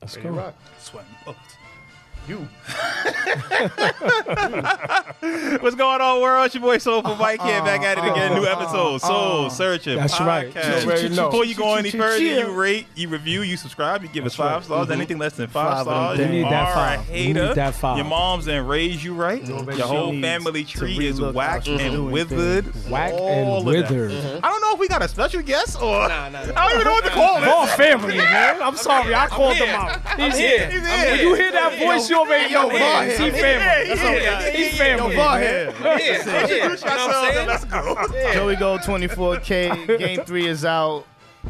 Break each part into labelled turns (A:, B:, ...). A: Let's
B: Ready to
A: go.
B: rock.
C: Sweating bullets.
B: You.
C: What's going on, world? It's your boy Soulful Mike here, back at it again. New episode, Soul Searching.
A: That's right.
C: podcast.
A: You already know.
C: Before you go any further,
A: Chill.
C: you rate, you review, you subscribe, you give us
A: right.
C: five stars. Anything less than five,
B: Five of them
C: stars,
B: things.
C: you
B: We
A: need that
C: are a
A: five. We
C: hater.
A: need that five.
C: Your mom's and raised you right.
B: already
C: Your whole
B: needs
C: family
B: to
C: tree is
B: relook
C: whack
B: how she's
C: and
B: doing
C: withered.
A: Whack
C: All
A: and
C: of Mm-hmm. that.
A: withered.
C: I don't know if we got a special guest or
D: Nah, nah,
C: I don't even know what to call
A: Ball
C: it.
A: family, man. I'm sorry. I called
D: here.
A: them out. He's here.
C: He's
A: When
C: here.
A: you hear that voice, you already know
B: here.
A: man.
B: I'm
A: He
B: here.
A: family.
C: That's all we got.
A: He's
B: Yo,
A: family.
B: Var
A: man.
B: here.
D: Yeah, yeah, yeah. You know
C: Introduce
D: what I'm
C: yourselves
D: saying?
C: and let's go.
B: Joey Gold 24K. Game three is out.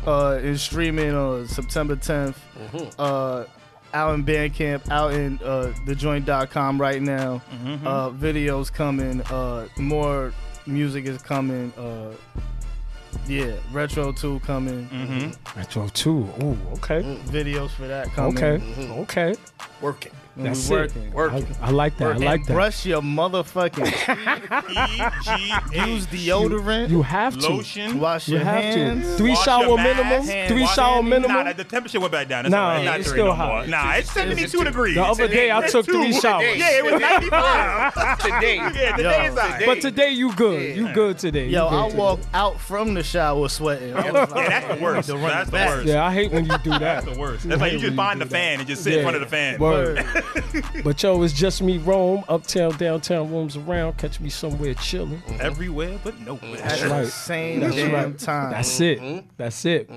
B: Uh, is streaming on September 10th.
A: Mm-hmm.
B: Uh, out in Bandcamp, out in uh, thejoint.com right now.
A: Mm-hmm.
B: Uh, videos coming. Uh, more music is coming. Uh, yeah, retro two coming.
A: Mm. Retro 2. Ooh, okay.
B: Videos for that coming.
A: Okay. Okay.
D: Working.
B: And we
A: That's it.
B: working.
A: I, I like that. I
B: And
A: like that.
B: Brush your motherfucking.
C: E
B: use
C: G
B: deodorant.
A: You have to.
C: lotion.
B: wash
A: You
B: your
A: have to.
B: hands.
A: Three
C: Wash
A: shower
C: your mask,
A: minimum.
C: hand
A: Three
C: wash-
A: shower
C: Nah,
A: minimum.
C: that- the temperature went back down. That's
A: Nah,
C: all right. not
A: it's
C: three
A: still
C: no
A: hot.
C: more. Nah, it's 72 degrees.
A: The other day, I
C: It's
A: took
C: two.
A: three showers.
C: Yeah, it was 95.
D: Oh, Today.
C: yeah, the
B: Yo.
C: day is out.
A: But today, you good. You good today.
B: Yo,
A: You good
B: I
A: today.
B: walked out from the shower sweating. I was
C: yeah,
B: like,
C: that's the worst. That's the
B: back.
C: worst.
A: Yeah, I hate when you do that.
C: That's the worst. That's like you
A: hate when
C: just find the
A: do that.
C: fan and just sit in
A: Yeah.
C: front of the fan.
A: Word. but yo, it's just me, Rome, uptown, downtown, rooms around. Catch me somewhere chilling.
C: Everywhere but nowhere.
B: at
A: right.
B: the same
A: That's
B: damn
A: right.
B: time.
A: That's it. That's it.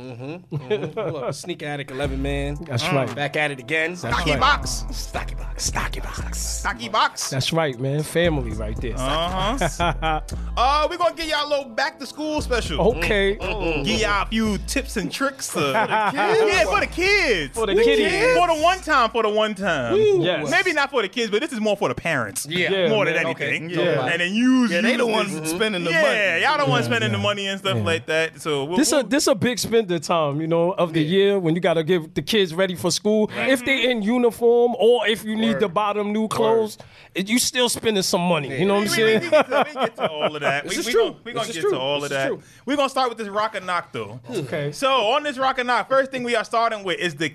D: Look, Sneak Attic 11, man.
A: That's right.
D: Back at it again.
C: Stocky
A: right.
C: box.
D: Stocky box. Stocky box.
C: Stocky box.
A: That's right, man. Family right there.
C: Uh-huh. uh, we're gonna give y'all a little back to school special.
A: okay.
C: Give y'all a few tips and tricks. Uh, yeah, for the kids.
A: For the kiddies.
C: For the one time, for the one time.
A: Yes.
C: Maybe not for the kids, but this is more for the parents.
D: Yeah.
A: Yeah.
C: more than
A: man.
C: anything.
B: Okay. Yeah.
C: And then you,
B: Yeah, they the ones spending the
C: yeah,
B: money.
C: y'all don't want spending
A: yeah.
C: the money and stuff
A: Yeah.
C: like that. So we'll,
A: This a
C: we'll-
A: this a big spender time, you know, of the year when you gotta get the kids ready for school. If they in uniform or if you need to buy them new clothes, it, you still spending some money. You know what I'm
C: we, we, we,
A: saying?
C: get to, we get to all of that.
D: This
C: we,
D: is
C: we
D: true.
C: Gonna, we gonna
D: This
C: get
D: is true.
C: to all of
D: This is
C: that.
D: true.
C: We're gonna start with this rock and knock though.
A: Okay.
C: So on this rock and knock, first thing we are starting with is the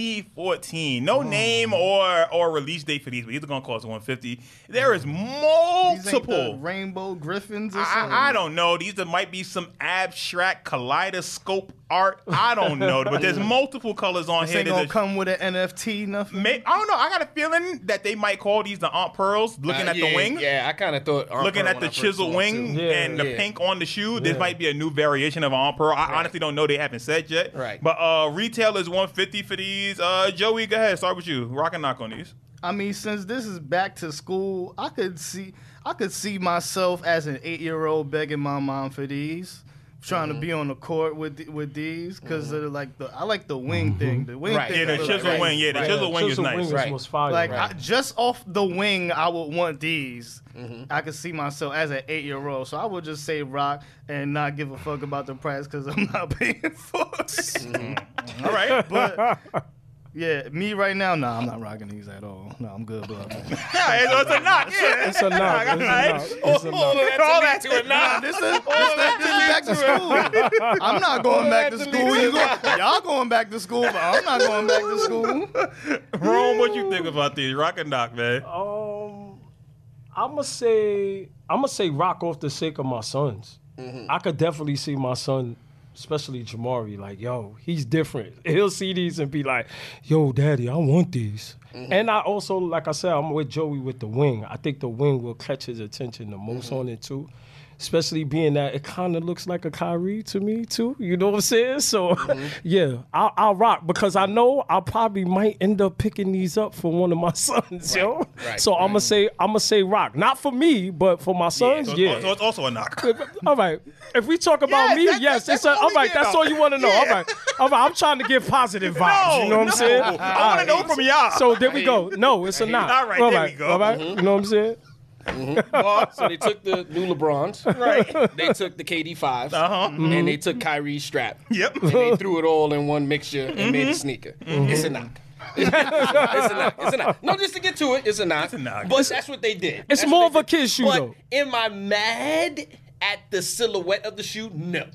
C: KD14. No name or or release date for these, but these are gonna cost 150. There is
B: These ain't the
C: multiple.
B: rainbow griffins or something.
C: I, I don't know. These there might be some abstract kaleidoscope art. I don't know, but there's multiple colors on
B: This
C: here.
B: ain't gonna
C: There's a-
B: come with an NFT, nothing.
C: May, I don't know. I got a feeling that they might call these the Aunt Pearls, looking
D: Uh,
C: at
D: yeah,
C: the wing,
D: Yeah, I kind of thought. Aunt
C: looking
D: Pearl
C: at
D: when
C: the
D: I first
C: chisel
D: saw it, too.
C: wing
A: too.
C: and the
D: Yeah.
C: pink on the shoe. This
A: Yeah.
C: might be a new variation of Aunt Pearl. I honestly don't know. They haven't said yet.
D: Right.
C: But uh, retail is 150 for these. Uh, Joey, go ahead. Start with you. Rock and knock on these.
B: I mean, since this is back to school, I could see I could see myself as an eight year old begging my mom for these, trying
C: Mm-hmm.
B: to be on the court with the, with these because they're like the I like the wing thing. The wing
D: Right.
B: thing.
C: Yeah, the
B: I like.
C: chisel
D: right.
C: wing. Yeah, the
D: Right.
C: chisel wing is
A: Chisel
C: nice.
A: wings
D: Right.
A: was fire.
B: Like
D: Right.
B: I, just off the wing, I would want these. I could see myself as an eight year old, so I would just say rock and not give a fuck about the price because I'm not paying for it.
C: All right.
B: but yeah, me right now, nah, I'm not rocking these at all. No, I'm good, bro.
C: yeah, it's a knock. Yeah.
A: It's a knock. It's a knock. It's a knock.
C: All that. All that.
D: To a knock.
B: This is, this, is, back to school. I'm not going back to school. You go, y'all going back to school, but I'm not going back to school.
C: Rome, what you think about these? Rock and knock, man.
A: Um, I'm gonna say I'm gonna say rock off the sake of my sons.
D: Mm-hmm.
A: I could definitely see my son, especially Jamari, like yo, he's different. He'll see these and be like, yo, daddy, I want these.
D: Mm-hmm.
A: And I also, like I said, I'm with Joey with the wing. I think the wing will catch his attention the most
D: Mm-hmm.
A: on it too. Especially being that it kind of looks like a Kyrie to me too. You know what I'm saying? So
D: Mm-hmm.
A: yeah, I'll, I'll rock because I know I probably might end up picking these up for one of my sons, yo.
D: right,
A: so I'm gonna say I'm gonna say rock, not for me, but for my sons.
C: So it's,
A: Yeah.
C: also, it's also a knock.
A: all right. If we talk about
C: Yes,
A: me,
C: that's-
A: yes,
C: that's
A: it's a,
C: what
A: all
C: we
A: right.
C: get
A: That's
C: about.
A: all you want to know. All right, all right. I'm trying to give positive vibes. you know what I'm
C: no.
A: saying?
C: I
A: All
C: wanna
A: right.
C: know from y'all.
A: So there we go. No, it's a knock.
C: All right,
A: all
C: there
A: right,
C: we go.
A: All right. You know what I'm saying?
D: Well, so they took the new LeBrons. Right. They took the KD 5
C: Uh-huh.
D: And they took Kyrie's strap.
C: Yep.
D: And they threw it all in one mixture and made a sneaker. It's a knock. it's a knock. It's a knock. No, just to get to it, it's a knock. It's
C: a knock.
D: But that's what they did.
A: It's
D: That's
A: more
D: what
A: of a
D: they did.
A: kid shoe,
D: But
A: though.
D: am I mad at the silhouette of the shoe? No.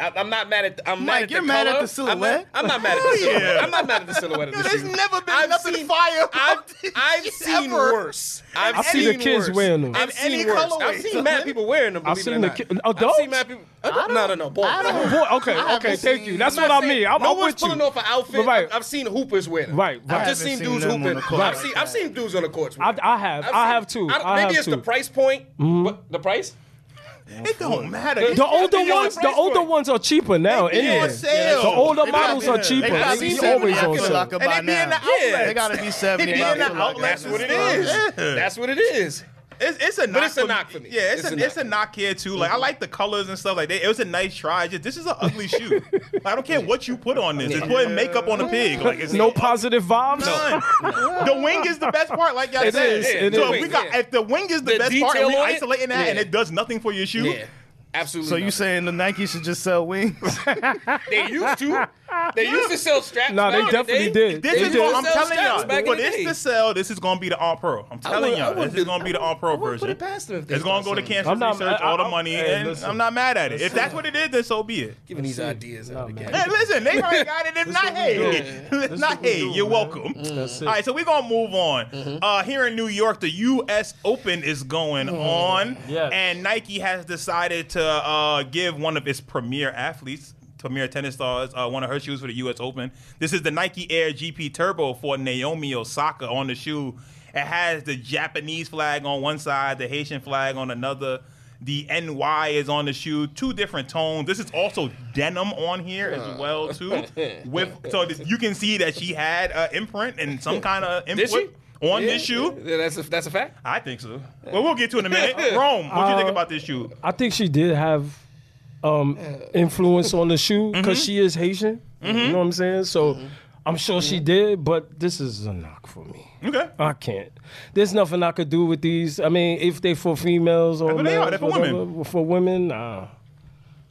D: I, I'm not mad at. I'm
B: Mike,
D: mad at
B: you're
D: the
B: mad at
D: color.
B: the silhouette?
D: I'm not, I'm not mad at the
C: Hell yeah.
D: silhouette. I'm not mad at the silhouette of the
B: There's
D: shoe.
B: never been
D: I've
B: nothing
D: seen,
B: fire about
D: I've,
B: this
D: I've
B: shit
D: seen
B: ever.
D: worse. I've
A: I've seen
D: seen,
A: the kids
D: worse.
A: wearing them.
D: I've
B: In any
D: seen worse.
B: colorway.
D: I've seen mad people wearing them.
A: I've
D: believe it
A: seen
D: or
A: the
D: not.
A: ki-
D: I've
A: adults?
D: seen mad people. Adult, no, no, no. Boys.
B: I don't-
A: Boy, okay,
B: I
A: okay,
B: haven't
A: thank
B: seen-
A: you. That's
D: I'm
A: what
D: not
A: I mean.
D: saying-
A: I'm,
D: no
A: I'm
D: one's
A: with you.
D: pulling off an outfit.
A: Right.
D: I've, I've seen hoopers wear them.
A: Right, right.
D: I've just
B: I
D: seen
B: haven't
D: dudes
B: seen them
D: hooping.
B: on the court
D: I've
B: like
D: seen
B: that.
D: I've seen dudes on the courts.
A: I,
D: wear them.
A: I have,
D: I've
A: I
D: seen-
A: have too.
D: I don't-
A: I
D: maybe
A: have
D: it's
A: too.
D: the price point. But the price?
C: It don't matter.
A: The older
D: Depending on
A: ones,
D: the
A: the
D: price
A: older
D: point.
A: ones are cheaper now.
C: be
A: Anyway,
C: on sale.
A: the older
C: They
A: models
C: probably-
A: are
C: they
A: cheaper.
C: probably
A: They,
C: be
A: always
B: $70
A: on
B: for
A: sale.
B: locker by
C: And they be in
B: now.
C: the outlet.
B: They gotta be seven.
D: They be in the outlet. That's what it is.
C: Yeah.
D: That's what it is.
C: It's, it's a knock
D: it's a knock for me.
C: Yeah, it's,
D: It's
C: a,
D: a knock.
C: it's a knock here too. Like I like the colors and stuff. Like they, it was a nice try. Just, this is an ugly shoe. Like, I don't care what you put on this. Just put makeup on a pig. Like it's
A: No positive vibes.
C: None. the wing is the best part, like y'all
A: It
C: said.
A: is, it
C: so
A: is.
C: if we got
D: Yeah.
C: if the wing is the,
D: The
C: best part, and we
D: detail on it?
C: isolating that, and
D: Yeah.
C: it does nothing for your shoe.
D: Yeah. Absolutely.
B: So you
D: not.
B: saying the Nike should just sell wings?
D: they used to? They used to sell straps.
A: Nah, they
D: back in the
A: definitely
D: day.
A: did.
C: This
A: They
C: is
A: did.
C: what I'm
D: Sell
C: telling
D: straps
C: y'all.
D: back
C: For
D: in the
C: this to
D: day.
C: sell, this is gonna be the all pro. I'm telling
D: wouldn't- I
C: y'all, this
D: wouldn't
C: is
D: do-
C: gonna be the
D: I
C: all pro
D: wouldn't put
C: version.
D: it past them if they
C: It's gonna
D: sell
C: go to
D: something.
C: Kansas
A: I'm not-
C: Research,
A: I- I-
C: all the
A: I'm-
C: money,
A: hey,
C: and
A: listen.
C: I'm not mad at it. If that's what it is, then so be it.
D: Giving these ideas out
A: Nah,
D: again.
C: Hey, listen, they already got it. If not,
A: what we
C: hey,
A: doing.
C: if not,
A: what we
C: hey,
A: doing,
C: you're
A: man. Mm-hmm.
C: welcome.
A: That's it.
C: All right, so we're gonna move on. Uh, here in New York, the U.S. Open is going on,
A: Mm-hmm. Yes.
C: and Nike has decided to uh, give one of its premier athletes, premier tennis stars, uh, one of her shoes for the U.S. Open. This is the Nike Air GP Turbo for Naomi Osaka on the shoe. It has the Japanese flag on one side, the Haitian flag on another. The NY is on the shoe, two different tones. This is also denim on here as well too. With so this, you can see that she had an imprint and some kind of
D: Did she?
C: input on
D: Yeah.
C: this shoe.
D: Yeah, That's a, that's a fact.
C: I think so. Well, we'll get to it in a minute. Rome, what do you think about this shoe?
A: I think she did have um, influence on the shoe
C: Mm-hmm.
A: because she is Haitian. You know what I'm saying? So I'm sure she did, but this is a knock for me.
C: Okay.
A: I can't. There's nothing I could do with these. I mean, if they for females or
C: But they are,
A: males,
C: they're for
A: whatever,
C: women.
A: For women, nah.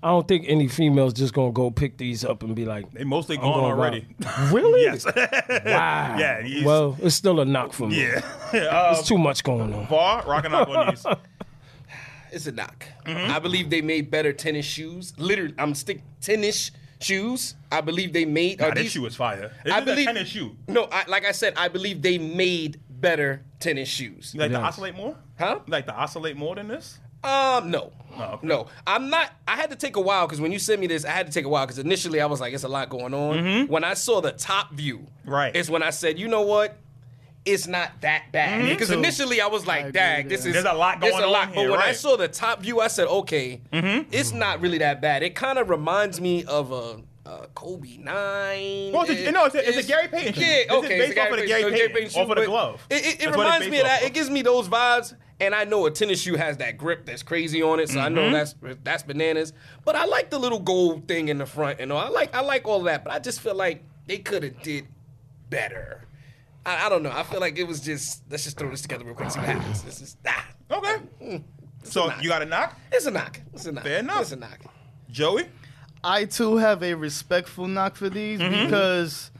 A: I don't think any females just gonna go pick these up and be like,
C: They mostly
A: I'm
C: gone
A: going
C: already.
A: rock. Really?
C: Yes.
A: Wow.
C: Yeah, he's-
A: Well, it's still a knock for me.
C: yeah.
A: It's too much going on.
C: Bar rocking out on these.
D: It's a knock.
C: Mm-hmm.
D: I believe they made better tennis shoes. Literally, I'm stick tennis shoes. I believe they made.
C: Nah,
D: are
C: this
D: these-
C: shoe is fire. This
D: I
C: is
D: believe
C: a tennis shoe.
D: No, I, like I said, I believe they made better tennis shoes.
C: You like to
A: Yes.
C: oscillate more?
D: Huh?
C: You like to oscillate more than this?
D: Um, no.
C: Oh, okay.
D: No, I'm not. I had to take a while because when you sent me this, I had to take a while because initially I was like, it's a lot going on. When I saw the top view,
C: Mm-hmm. Right.
D: is when I said, you know what? It's not that bad. Because
B: too.
D: initially I was like,
B: agree
D: dag,
B: with
D: this
B: that.
D: is
C: Mm-hmm. There's a lot
D: this
C: going
D: a lot.
C: on
D: But
C: here,
D: when I
C: right. Mm-hmm.
D: saw the top view, I said, okay, it's not really that bad. It kind of reminds me of a. Uh, Kobe nine.
C: Well, it's a- no, it's a- it's a Gary Payton shoe. This
D: Yeah,
C: is
D: okay.
C: based
D: it's a
C: off of the Gary
D: so
C: Payton,
D: shoe,
C: off of the
D: but
C: glove.
D: It, it,
C: That's
D: it
C: what it's
D: reminds me of
C: based
D: that.
C: off
D: It gives me those vibes, and I know a tennis shoe has that grip that's crazy on it, so I
C: Mm-hmm.
D: know that's that's bananas. But I like the little gold thing in the front, and all. I like I like all that, but I just feel like they could have did better. I, I don't know. I feel like it was just let's just throw this together real quick, and see what happens. This is ah,
C: Okay. Mm. So
D: knock.
C: you got a knock?
D: it's a knock. It's a knock.
C: Fair enough.
D: It's a knock.
C: Joey?
B: I too have a respectful knock for these
D: Mm-hmm.
B: because,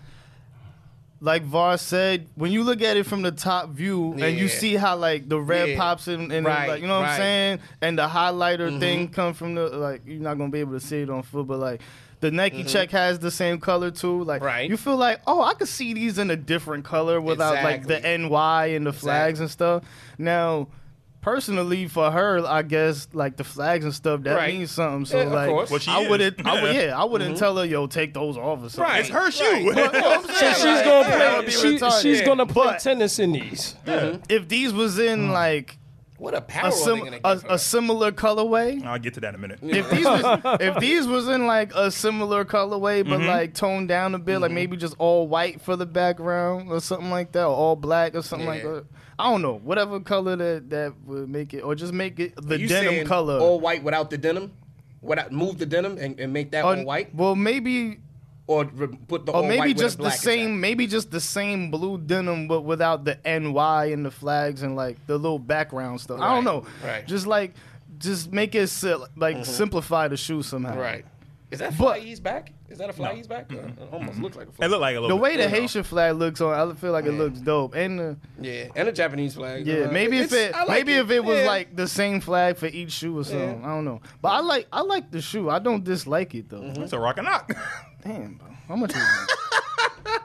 B: like Var said, when you look at it from the top view and you
D: Yeah.
B: see how like the red
D: Yeah.
B: pops and, and
D: Right,
B: like you know what I'm
D: right. Mm-hmm.
B: saying, and the highlighter thing come from the like you're not gonna be able to see it on foot, but like. The Nike check has the same color too. Like
D: Mm-hmm. Right.
B: you feel like, oh, I could see these in a different color without like
D: Exactly.
B: the NY and the flags and stuff. Now, personally, for her, I guess like the flags and stuff that
D: Right.
B: means something. So
D: Yeah, of
B: like,
D: course.
C: Well, she
B: I
C: is.
B: wouldn't. I would,
C: Yeah.
B: yeah, I wouldn't tell her, yo, take those off or something.
D: Mm-hmm. Right.
C: It's her shoe.
A: So she's
D: like,
A: gonna
D: yeah,
A: play.
D: I'll be
A: she-
B: retarded.
A: she's
B: Yeah.
A: gonna play
B: But-
A: tennis in these.
B: If these was
D: Mm.
B: in like
D: What a power
B: a,
D: are they
B: sim-
D: gonna
B: a,
D: give her?
B: a similar colorway.
C: I'll get to that in a minute.
B: If these, was, if these was in like a similar colorway, but
D: Mm-hmm.
B: like toned down a bit, like maybe just all white for the background or something like that, or all black or something like
D: Yeah.
B: that. I don't know, whatever color that that would make it, or just make it the
D: You
B: denim
D: saying
B: color.
D: all white without the denim. Without move the denim and, and make that
B: Or-
D: all white,
B: Well, maybe
D: or re- put the
B: or
D: all
B: maybe
D: white
B: just the
D: with a black
B: same, maybe just the same blue denim, but without the NY and the flags and like the little background stuff. I don't
D: Right,
B: know.
D: right. Mm-hmm.
B: Just like, just make it si- like simplify the shoe somehow.
D: Right. Is that
B: But-
D: Fly's back? Is that a flag he's back? Uh, it almost looks like a
C: It
D: flag.
C: looked like a little.
B: The way
C: bit,
B: the
C: you know.
B: Haitian flag looks on, I feel like it looks dope. And the,
D: yeah, and a Japanese flag.
B: yeah,
D: Uh,
B: maybe if
D: it's-
B: it
D: I like
B: maybe if it was
D: Yeah.
B: like the same flag for each shoe or something. I don't know. But I like I like the shoe. I don't dislike it though.
D: Mm-hmm.
C: it's a rock and knock.
B: Damn, bro. How much is it?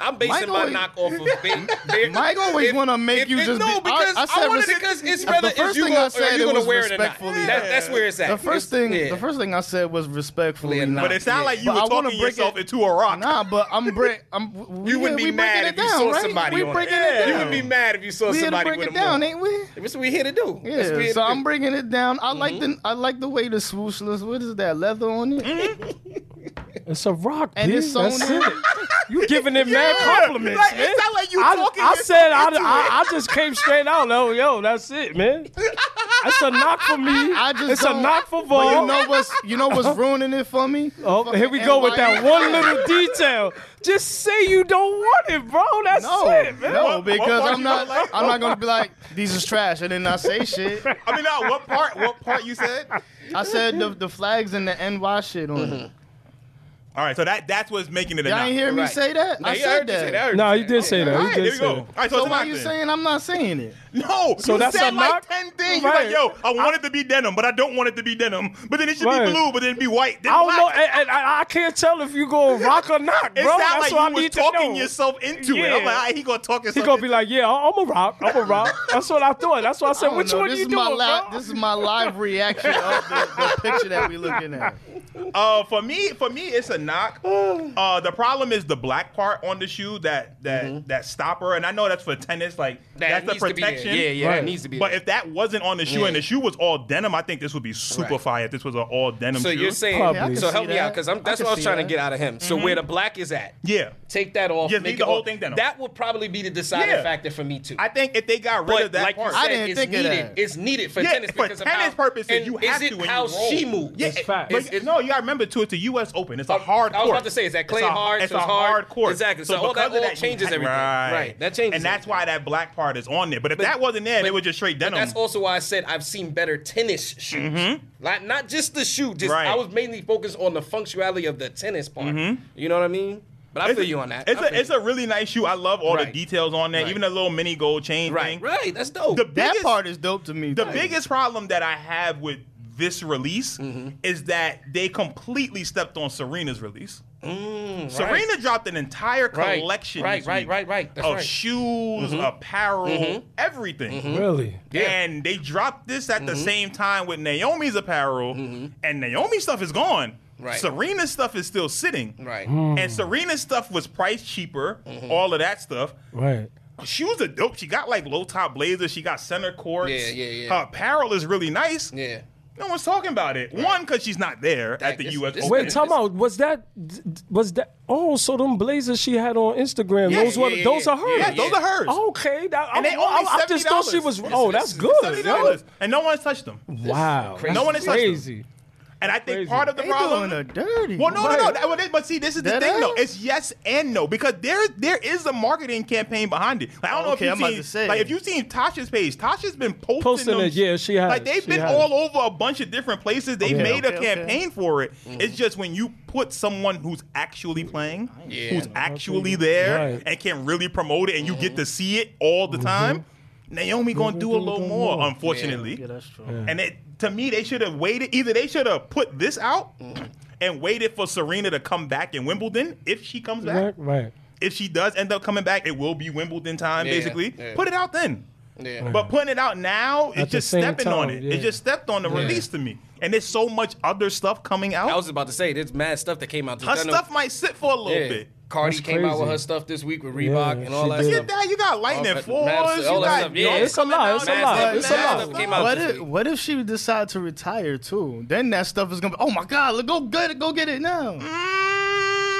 D: I'm basing
B: Mike
D: my
B: always-
D: knock off of Big.
B: Mike always want to make you just
D: no,
B: be,
D: because I, wanted
B: res-
D: because it's
B: the
D: rather
B: first
D: if you
B: thing
D: gonna,
B: I said
D: are
B: it
D: you gonna
B: was
D: wear it or not.
B: respectfully-
D: That, that's where it's at.
B: The first
D: It's-
B: thing,
D: yeah.
B: the first thing I said was respectfully.
D: Clearly
B: Nah,
D: not.
C: But it sounded like you
B: But I
C: were
B: wanna
C: talking
B: break
C: yourself
B: it-
C: into a rock.
B: nah, but I'm break. I'm. We,
D: You wouldn't
B: we breaking
D: be mad
B: it
D: if you
B: down,
D: saw
B: right?
D: somebody
B: We
D: on it.
B: breaking
C: Yeah.
B: it
D: You
B: down.
D: would be mad if you saw
B: we here to
D: somebody
B: break
D: with a
B: it down,
D: mullet.
B: ain't we?
D: That's what we here to do. That's Mm-hmm. what we
B: Yeah.
D: here
B: So
D: to
B: I'm
D: do.
B: breaking it down. I like the I like the way the swooshless. What is that leather on it?
D: Mm-hmm.
A: It's a rock,
B: And
A: B.
B: it's sewn
A: That's
B: in.
A: it. You giving it mad compliments,
C: Like,
A: man.
C: it's not like you
A: I,
C: talking
A: I
C: yourself
A: said I,
C: into
A: I, I just came straight out. Yo, yo, that's it, man. That's a knock for me.
B: I just
A: it's a
B: don't-
A: knock for
B: But
A: Vaughn.
B: you know what's you know what's ruining it for me?
A: oh, here we go with that one little detail. Just say you don't want it, bro. That's
B: No,
A: it, man.
B: no,
C: What- what
B: because
C: part
B: I'm
C: you
B: not.
C: don't like?
B: I'm not gonna be like these is trash and then not say shit.
C: I mean, now what part? What part you said?
B: I said the, the flags and the NY shit
D: Mm-hmm.
B: on it.
C: All right, so that that's what's making it a
B: Y'all
C: knock.
B: ain't hear me
D: Right.
B: say that?
D: Now,
B: I
D: you heard
B: said
D: you
B: that.
D: say that. I heard
A: No,
D: you
A: you
D: say
A: did
D: that.
A: say that.
B: All
A: You
B: right,
A: did
C: There you
A: say
C: go.
A: that.
C: All right,
B: So
C: so, it's a
B: why
C: knock
B: you
C: then.
B: saying I'm not saying it?
C: No,
A: So
C: you
A: that's
C: said
A: a
C: like
A: knock?
C: ten things.
A: Right.
C: You're like, yo, I want it to be denim, but I don't want it to be denim. But then it should
A: Right.
C: be blue, but then it'd be white. Then
A: I don't
C: black.
A: know, and, and I, I can't tell if you gonna rock or not, bro.
C: it sounded
A: That's what
C: like you
A: I
C: was
A: need
C: talking
A: to know.
C: yourself into it. I'm
A: Yeah.
C: like, all right, he gonna talk
A: He
C: himself.
A: gonna be like, yeah, I'm a rock, I'm a rock. That's what I thought. That's why I said,
B: I
A: which
B: don't know.
A: one
B: this
A: you
B: is
A: doing,
B: my
A: bro?
B: live, This is my live reaction of the, the picture that we looking at.
C: uh, for me, for me, it's a knock. Uh, the problem is the black part on the shoe that that
A: Mm-hmm.
C: that stopper, and I know that's for tennis. Like
D: That
C: that's
D: needs
C: the
D: to be there.
C: protection.
D: Yeah, yeah,
A: Right.
D: that needs to be.
C: But
D: there.
C: if that wasn't on the shoe
D: Yeah.
C: and the shoe was all denim, I think this would be super
D: Right.
C: fire if this was an all denim
D: so
C: shoe.
D: you're saying
A: Probably. Yeah, I can
D: so help
B: see
D: me out
B: that.
D: because
B: I
D: that's
B: can
D: what I was
B: see
D: trying
B: that.
D: to get out of him. So where the black is at,
C: Mm-hmm. Yeah.
D: take that off.
C: Just
D: make
C: leave the
D: it
C: whole
D: all-
C: thing down.
D: That would probably be the deciding
C: Yeah.
D: factor for me too.
C: I think if they got rid
D: but
C: of that
D: like
C: part,
D: you said,
B: I didn't
D: it's
B: think of
D: needed.
B: that.
D: It's needed for
C: Yeah,
D: tennis
C: for
D: because of
C: tennis
D: how,
C: purposes,
D: and
C: you
D: is
C: have
D: it
C: to when you
D: how
C: roll.
D: she moves.
C: Yeah,
A: It's
C: it-
A: facts.
C: but
A: It's-
D: it's-
C: no, you gotta remember too. It's a U.S. Open. It's a
D: I-
C: hard.
D: I was about
C: court.
D: to say, it's that
C: It's
D: clay
C: a-
D: hard,
C: It's
D: so
C: a
D: it's hard.
C: hard court.
D: Exactly. So all
C: because
D: that
C: of
D: all
C: you
D: changes
C: have-
D: everything. Right. That changes
C: And that's
D: everything.
C: why that black part is on there. But if that wasn't there, and
D: but-
C: it was just straight
D: But
C: denim.
D: that's also why I said I've seen better tennis shoes. Like not just the shoe. Just
C: Mm-hmm. Right. Mm-hmm.
D: I was mainly focused on the functionality of the tennis part. You know what I mean? But I
C: It's
D: feel
C: a-
D: you on that.
C: It's
D: I feel
C: a it's
D: you.
C: a really nice shoe. I love all the
D: Right.
C: details on there,
D: Right.
C: even the little mini gold chain
D: right,
C: thing.
D: right. That's dope.
C: The
B: That
C: biggest-
B: part is dope to me.
C: The
B: too.
C: biggest problem that I have with this release
D: Mm-hmm.
C: is that they completely stepped on Serena's release. Serena dropped an entire
D: Mm, Right.
C: collection Oh,
D: Right,
C: this
D: right,
C: week
D: right, right. That's
C: of
D: right. Mm-hmm.
C: shoes, apparel, everything.
A: Really?
D: Yeah. Mm-hmm.
C: And they dropped this at the same time with Naomi's apparel, and Naomi's stuff is gone.
D: Right.
C: Serena's stuff is still sitting.
D: right. Mm-hmm.
C: And Serena's stuff was priced cheaper, all of that stuff.
A: Right.
C: She was a dope. She got like low top blazers. She got center courts.
D: Yeah, yeah, yeah.
C: Her apparel is really nice.
D: Yeah.
C: No one's talking about it. One, because she's not there at the
D: this-
C: U.S.
D: this-
C: Open.
A: Wait, time out. Was that? Was that? Oh, so them blazers she had on Instagram.
C: Yeah,
A: those were.
D: yeah,
A: those
D: yeah,
A: are hers.
C: yeah, those are hers.
B: Oh,
A: Okay. That,
C: And
A: I,
C: they
A: I-
C: only
A: I just thought she
C: $70.
A: was.
C: This-
A: Oh,
D: this
A: that's
D: is
A: good.
C: Seventy
A: yo.
C: dollars, and no one's touched them.
A: Wow.
D: crazy.
A: that's
D: No one
C: has touched them.
A: crazy.
C: And I
A: Crazy.
C: think part of the
B: They
C: problem.
B: doing her dirty.
C: Well, no, no, no.
A: Right.
C: That- well, they- but see, this is the
B: That
C: thing,
B: is?
C: though. It's yes and no because there there is a marketing campaign behind it. Like, I don't know
B: Okay,
C: if
B: I'm about
C: you've
B: to
C: seen,
B: say.
C: like, if you've seen Tasha's page, Tasha's been posting,
A: Posting
C: them-
A: it, yeah, she has,
C: Like, they've
A: she
C: been
A: has.
C: all over a bunch of different places. They've
A: Okay,
C: made a
B: okay, okay.
C: campaign for it. It's just when you put someone who's actually playing,
D: Yeah.
C: who's actually there,
A: Right.
C: and can really promote it, and you get to see it all the time. Naomi gonna do a little more, unfortunately.
B: Yeah, that's true.
C: And it, to me, they should have waited. Either they should have put this out and waited for Serena to come back in Wimbledon. If she comes back,
A: Right. Right.
C: if she does end up coming back, it will be Wimbledon time,
D: Yeah,
C: basically.
D: yeah.
C: Put it out then.
D: Yeah.
C: But putting it out now,
A: At
C: it's
A: the
C: just
A: same
C: stepping on
A: time,
C: it.
A: yeah.
C: It just stepped on the release to me. And there's so much other stuff coming out.
D: I was about to say there's mad stuff that came out. Just
C: Her
D: I know-
C: stuff might sit for a little
D: yeah.
C: bit.
D: Cardi
A: That's
D: came out with
A: crazy.
D: her stuff this week with Reebok
A: Yeah,
D: and all
A: she
D: that.
A: did.
D: Stuff.
C: Look at that. You got lightning
D: All that-
C: fours.
D: mad stuff, all
C: you
D: that
C: got
D: stuff. Yeah,
C: Young
A: it's a lot,
C: coming
A: it's
C: out.
A: a
C: Mad
A: lot,
C: stuff,
A: it's a
C: mad
A: lot.
C: stuff.
D: Came out
B: What
D: this
B: if,
D: week.
B: what if she decide to retire too? Then that stuff is gonna be. Oh my God! Look, go get it. Go get it now.
C: Mm, I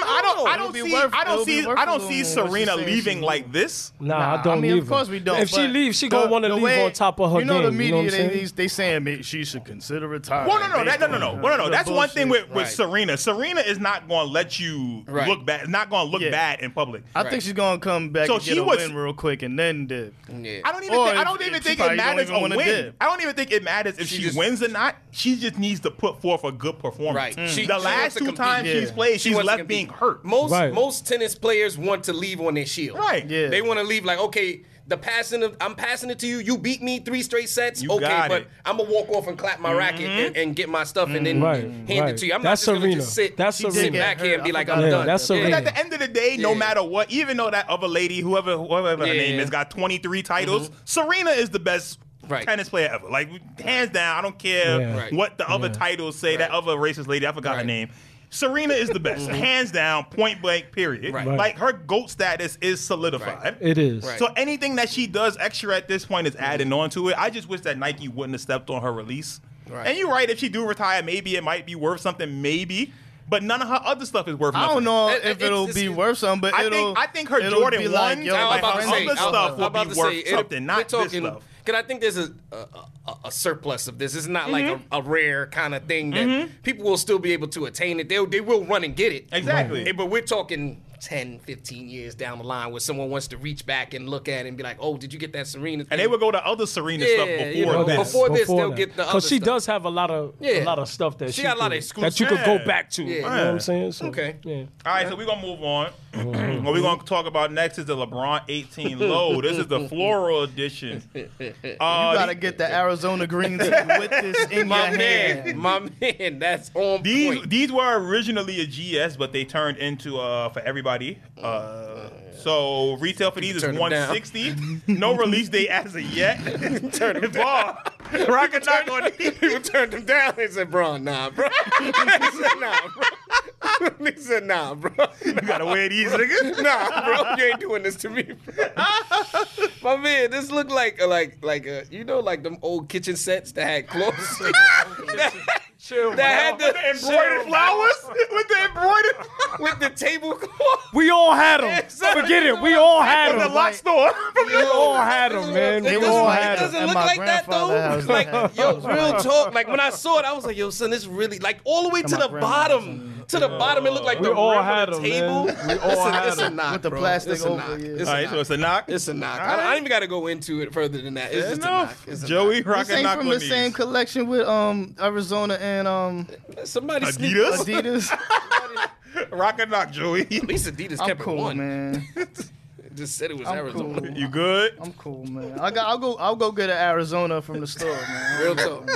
C: I don't. I
D: It'll
C: don't
B: be
C: see.
B: worth-
C: I
B: it'll
C: don't
B: be
C: see.
B: worth
C: I
B: a
C: don't
B: little
C: see
B: more. What she
C: Serena
B: saying,
C: leaving
B: she-
C: like this.
B: Nah,
A: Nah,
B: I
A: I don't
B: mean, of
A: either.
B: course we don't,
A: If she
B: but
A: leaves, she
B: the-
A: gonna want to
B: the
A: leave
B: way-
A: on top of her
B: You know
A: game.
B: the media,
A: you know what I'm
B: they,
A: saying?
B: they, they saying man, she should consider retiring.
C: Well, no, no, that, no, no,
B: based
C: no,
B: on
C: no, no, no.
B: the
C: That's one thing with,
B: bullshit.
C: with
D: Right.
C: Serena. Serena is not going to let you
D: Right.
C: look bad. Not going to look
B: Yeah.
C: bad in public.
B: I
C: I,
D: Right.
B: think she's gonna come back
C: So
B: and
C: she
B: get a
C: was-
B: win real quick and then dip.
D: Yeah.
C: don't even.
B: Or
C: Think, I
B: if-
C: don't even
B: if
C: think
B: she
C: it
B: probably don't
C: matters
B: even
C: a
B: wanna
C: win.
B: dip.
C: I don't even think it matters if
D: She
C: she,
D: just-
C: wins or not. She just needs to put forth a good performance.
D: Right. Mm. She- she
C: the
D: wants
C: last
D: to
C: two
D: compete.
C: times she's
B: Yeah.
C: played,
D: She
C: she's
D: wants to
C: left
D: compete.
C: being hurt.
D: Most
A: Right.
D: most tennis players want to leave on their shield.
C: Right.
B: Yeah.
D: They want to leave like, okay, the passing of I'm passing it to you. You beat me three straight sets.
C: You
D: okay,
C: got
D: but
C: it. Mm-hmm.
D: I'm gonna walk off and clap my racket and, and get my stuff and then
A: Mm-hmm. Right,
D: hand it
A: right.
D: to you. I'm
A: That's
D: not just gonna
A: Serena.
D: just sit,
A: That's
D: sit
A: Serena.
D: back here and be
B: Yeah,
D: like,
B: I
D: I'm
A: forgot
D: done.
A: about that.
D: Yeah.
A: Serena.
C: But at the end of the day, no
D: Yeah.
C: matter what, even though that other lady, whoever whoever her
D: Yeah.
C: name is, got 23
B: Mm-hmm.
C: titles, Serena is the best
D: Right.
C: tennis player ever. Like hands down, I don't care
A: Yeah. Right.
C: what the other
A: Yeah.
C: titles say. That other racist lady, I forgot her
D: Right. Mm-hmm.
C: name. Serena is the best, hands down, point blank. Period.
D: Right.
A: Right.
C: Like her goat status is solidified.
D: Right.
A: It is.
D: Right.
C: So anything that she does extra at this point is
B: Mm-hmm.
C: adding on to it. I just wish that Nike wouldn't have stepped on her release.
D: Right.
C: And you're right. If she do retire, maybe it might be worth something. Maybe. But none of her other stuff is worth.
B: I
C: nothing.
B: don't know
D: It-
B: if
D: it's-
B: it'll
D: it's-
B: be worth something, but
C: I
B: it'll.
C: think I think her
B: it'll
C: Jordan
B: be
C: one
B: like, yo,
D: I
C: time
B: like,
D: was
C: about
D: about to
B: how
D: say,
C: other
D: uh, I was
C: stuff will
D: about
C: be
D: to say,
C: worth
D: it-
C: something,
D: we're
C: not this
D: talking,
C: stuff.
D: Because I think there's a, a, a, a surplus of this. It's not like
C: Mm-hmm.
D: a, a rare kind of thing that people will still be able to attain it. They, they will run and get it.
C: Exactly.
D: Eh, But we're talking 10, 15 years down the line where someone wants to reach back and look at it and be like, oh, did you get that Serena thing?
C: And they would go to other Serena
D: Yeah,
C: stuff
D: you
C: before
D: know,
C: this.
D: before- this, they'll get the other
A: she
D: stuff.
A: does have a lot of a
D: Yeah.
A: lot of stuff that she,
D: She got a lot of
A: can- that you could
C: exclusive-
A: go back to.
D: Yeah.
A: You know what I'm saying? So,
D: Okay.
A: Yeah.
C: All right, so we're gonna move on. what we're gonna talk about next is the LeBron 18 low. This is the floral edition. Uh,
B: you gotta get the Arizona green tea with this in your
D: My man,
B: hand.
D: my man, that's on
C: these
D: point.
C: these were originally a GS, but they turned into uh for everybody. Uh, so retail for these is
D: Turn them down.
C: 160. No release date as of yet. Turn it bar. Rocket knock on these.
D: People turned him down. They said, bro, nah, bro. they said, nah, bro. they said, nah, bro.
C: You gotta wear these, nigga.
D: Nah, bro, you ain't doing this to me, bro. My man, this look like like like uh, you know like them old kitchen sets that had clothes. that, that had
C: With
D: the,
C: the embroidered flowers? With the embroidered
D: with the tablecloth.
A: We all had them. Forget it. We all had
C: from the
A: them.
C: lock store. From
A: we
C: the-
A: all had them, man.
D: It
A: We
D: doesn't,
A: all
B: like-
A: had
D: it
A: them.
D: doesn't
B: And
D: look
B: my
D: like that though.
B: grandfather
D: Like,
B: has
D: yo, real talk. Like when I saw it, I was like, yo, son, this really like all the way to
B: my
D: the
B: grandmother's
D: bottom. To the bottom, it looked like
A: We
D: the
A: all
D: rim
A: had
D: of the
A: 'em,
D: table.
A: man. We all
D: it's a,
A: had
D: it's a
A: 'em.
D: knock,
B: With the
D: bro.
B: plastic
D: it's a
B: over,
D: knock.
B: yeah.
D: It's
C: All
D: a
C: right, so
D: knock.
C: it's a knock.
D: It's a
C: All
D: knock. I, don't, I
C: right.
D: don't even got to go into it further than that. It's just
C: Enough.
D: a knock. It's a
C: Joey
B: This
C: rocking
B: ain't
C: knock
B: from
C: on
B: the same
C: these.
B: collection with um Arizona and um
D: knock. Somebody sneak-
C: Adidas,
B: Adidas.
C: rockin' knock, Joey.
D: At least Adidas
B: I'm
D: kept it
B: cool,
D: one.
B: man.
D: Just said it was
B: I'm
D: Arizona.
B: cool.
C: You good?
B: I'm cool, man. I got. I'll go. I'll go get an Arizona from the store, man.
D: Real talk.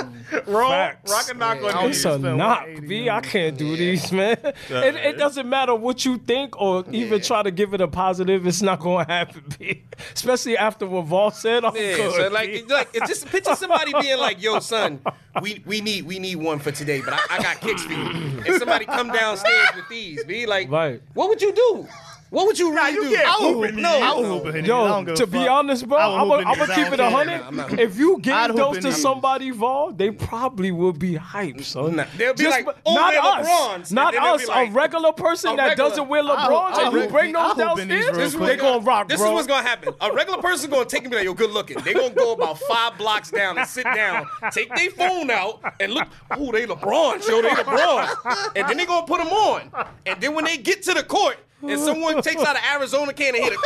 C: Wrong.
A: Facts.
C: Rockin' knock
D: Yeah, I
C: on
D: don't
A: It's
C: these.
A: a
B: spend
A: knock,
B: 180
A: B. I
B: on
A: can't do these, man. It, it doesn't matter what you think or even
D: Yeah.
A: try to give it a positive. It's not going to happen, B. Especially after what Vol said. I'm
D: Yeah,
A: good,
D: so
A: B.
D: like, like it's just picture somebody being like, "Yo, son, we, we need we need one for today, but I, I got kicks for you." And somebody come downstairs with these, be like,
A: Right.
D: "What would you do? What would you really
C: you
D: do?"
C: can't
D: I
C: hoop
D: would-
C: in
D: no,
C: these.
D: I
B: I'll
D: would-
B: hoop it. I don't
A: Yo,
B: give a
A: to be
B: fuck.
A: honest, bro,
B: I would
A: I'm
B: hoop in
A: gonna
B: these. I
A: keep
B: don't
A: it a
B: care.
D: Nah, I'm not-
A: hundred. If you
B: I'd
A: gave
B: hoop
A: those
B: in
A: to
B: these.
A: somebody, Vol, they probably would be hyped, son.
D: Nah, they'll be like,
A: bu-
D: "Oh,
A: not
D: they're
A: us,
D: LeBrons," and
A: not
D: then they'll be
A: us,
D: like,
A: a regular person
D: "A
A: that
D: regular-
A: doesn't wear
B: I'll-
A: LeBrons,
B: I'll
A: and you
B: hoop-
A: bring
B: I'll
A: those
B: hoop in these
A: downstairs,
B: real
A: they
B: quick.
A: gonna rock,
D: This
A: bro.
D: is what's gonna happen. A regular person gonna take and be like, "Yo, good looking." They gonna go about five blocks down and sit down, take their phone out, and look. Oh, they LeBron, yo, they LeBron. And then they gonna put them on. And then when they get to the court, and someone takes out an Arizona can and hit it,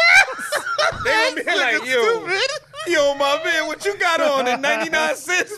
D: they gonna be like, "Yo, yo, my man, what you got on at 99 cents?"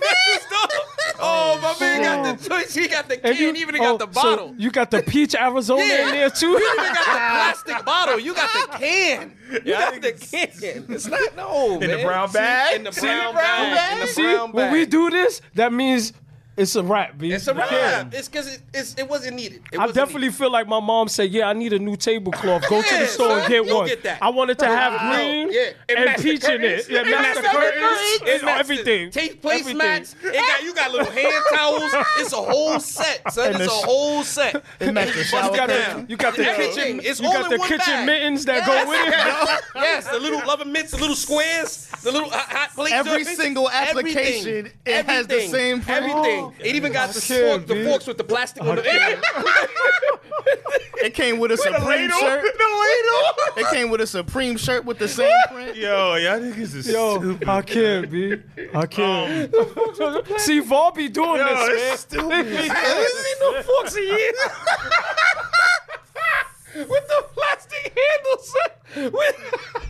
D: oh, my man got the choice. He got the can,
A: And you-
D: even
A: oh,
D: got the
A: so
D: bottle.
A: you got the peach Arizona in there too.
D: You even got the plastic bottle. You got the can. You
C: Yeah, I
D: got the can. It's not no
C: In the
D: man.
C: brown
D: See,
C: bag?
D: In the
C: See the brown
D: brown bag. In the
A: See,
D: brown
A: when
D: bag.
A: we do this, that means it's a wrap, B.
D: It's a
A: You
D: wrap.
A: can't.
D: It's because it, it's, it wasn't needed. It
A: I
D: wasn't
A: definitely
D: Needed.
A: feel like my mom said, "Yeah, I need a new tablecloth. Go to
D: Yeah,
A: the store and
D: son,
A: get
D: you'll
A: one.
D: get that.
A: I wanted to have
D: No,
A: green
D: Oh, yeah,
A: and,
D: matched the
A: peach in it.
D: curtains.
A: Yeah, match
D: matched
A: the
D: the
A: curtains,
D: It
A: It's
D: matched the
A: everything.
D: Tape place
A: Everything.
D: mats. It got you got little hand towels. It's a whole set, son.
B: And
D: It's a
B: the sh-
D: whole set.
B: It matched the
A: You
B: shower
A: got
B: curtain.
A: the you got the
D: Everything.
A: kitchen
D: It's
A: you
D: all
A: got
D: in
A: the
D: one
A: kitchen
D: bag.
A: mittens that go with it.
D: Yes. Yes, the little love and mitts, the little squares, the little hot, hot plate.
B: Every
D: joints.
B: single application,
D: Everything.
B: it has the
D: Everything.
B: same print.
D: Everything.
B: Oh.
D: it even got the,
B: care,
D: fork, the
B: dude.
D: forks with the plastic on the end.
B: It came with a Supreme shirt. It came with a Supreme shirt with the same print.
C: Yo, y'all niggas is
A: Yo,
C: stupid.
A: I can't, B.
B: Um,
A: I can't. See, Vaughn be doing this, man.
D: no forks in here. With the plastic handles, son. With,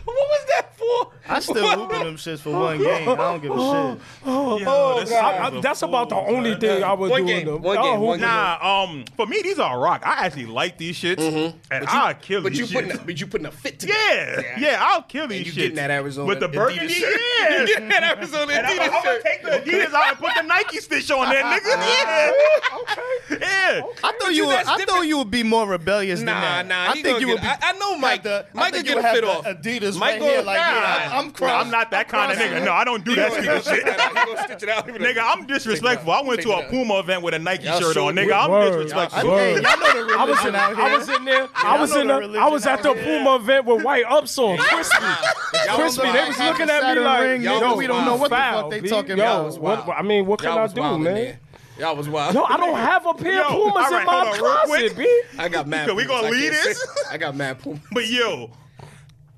D: what was that for?
B: I still hooping them shits for one game. I don't give a shit.
C: Yo, this
A: I- I-
C: nigga's a
A: that's about the
C: fool,
A: only
C: son.
A: thing I was
D: One
A: doing.
D: game,
A: them.
D: one
A: I
D: game,
A: hope-
D: one game.
C: Nah, um, for me these are rock. I actually like these shits, and
D: you-
C: I'll kill
D: Mm-hmm. But you
C: these
D: putting,
C: shits.
D: a, but you putting a fit together.
C: yeah, yeah, I'll kill these
D: And you
C: shits.
D: getting that Arizona
C: with the
D: Adidas
C: burgundy?
D: shirt.
C: Yeah,
D: You getting that Arizona
C: And I'm,
D: Adidas
C: I'm gonna
D: shirt.
C: take the Adidas out and put the Nike stitch on that nigga. Yeah, yeah.
B: I thought you,
D: you-
B: would.
D: that's
B: I thought
D: different.
B: you would be more rebellious than
D: Nah,
B: that.
D: nah.
B: I
D: he
B: think
D: gonna
B: you
D: get
B: would be.
D: it. I, I know Mike.
B: the- I
D: Mike
B: think
D: could
B: you
D: get
B: would
D: a
B: have
D: fit
B: the
D: off.
B: Adidas
D: Mike
B: right
D: gonna-
B: here, like, yeah,
D: nah.
B: I'm crossed.
D: Nah.
C: I'm not that kind of
D: crossing
C: nigga.
D: it.
C: No, I don't do that stupid shit.
D: He gonna stitch it out. He gonna-
C: Nigga, I'm disrespectful. I went to a
D: Take it out.
C: Puma event with a Nike
D: Y'all
C: shirt
D: sure
C: on, nigga. I'm
A: Word.
C: disrespectful.
A: Y'all-
B: Hey,
A: Word.
B: y'all know the
A: I was
B: religion
A: in,
B: out here.
A: I was in there. I was
B: know
A: in.
B: the
A: The, I was
B: religion
A: at the
B: out here.
A: Puma event with white ups on. Crispy,
D: Y'all was
A: crispy. They
D: wild.
A: was
B: Half
A: looking
B: the
A: at
B: side
A: me
B: of the
A: like,
B: ring,
A: yo,
D: y'all
B: we don't know what the
A: foul,
B: fuck they
A: B.
B: talking
A: Yo,
B: about.
D: was
A: what-
D: wild.
A: I mean, what can
D: Y'all
A: I
D: was
A: do,
D: wild in
A: man?
D: there. Y'all was wild.
A: Yo, I don't have a pair of
C: Yo,
A: Pumas
C: all right,
A: in my
C: hold on, real
A: closet,
C: quick.
A: B.
D: I got mad.
C: Yo, we
D: Pumas.
C: gonna
D: I can't
C: leave
D: say-
C: this?
D: I got mad Puma.
C: But yo,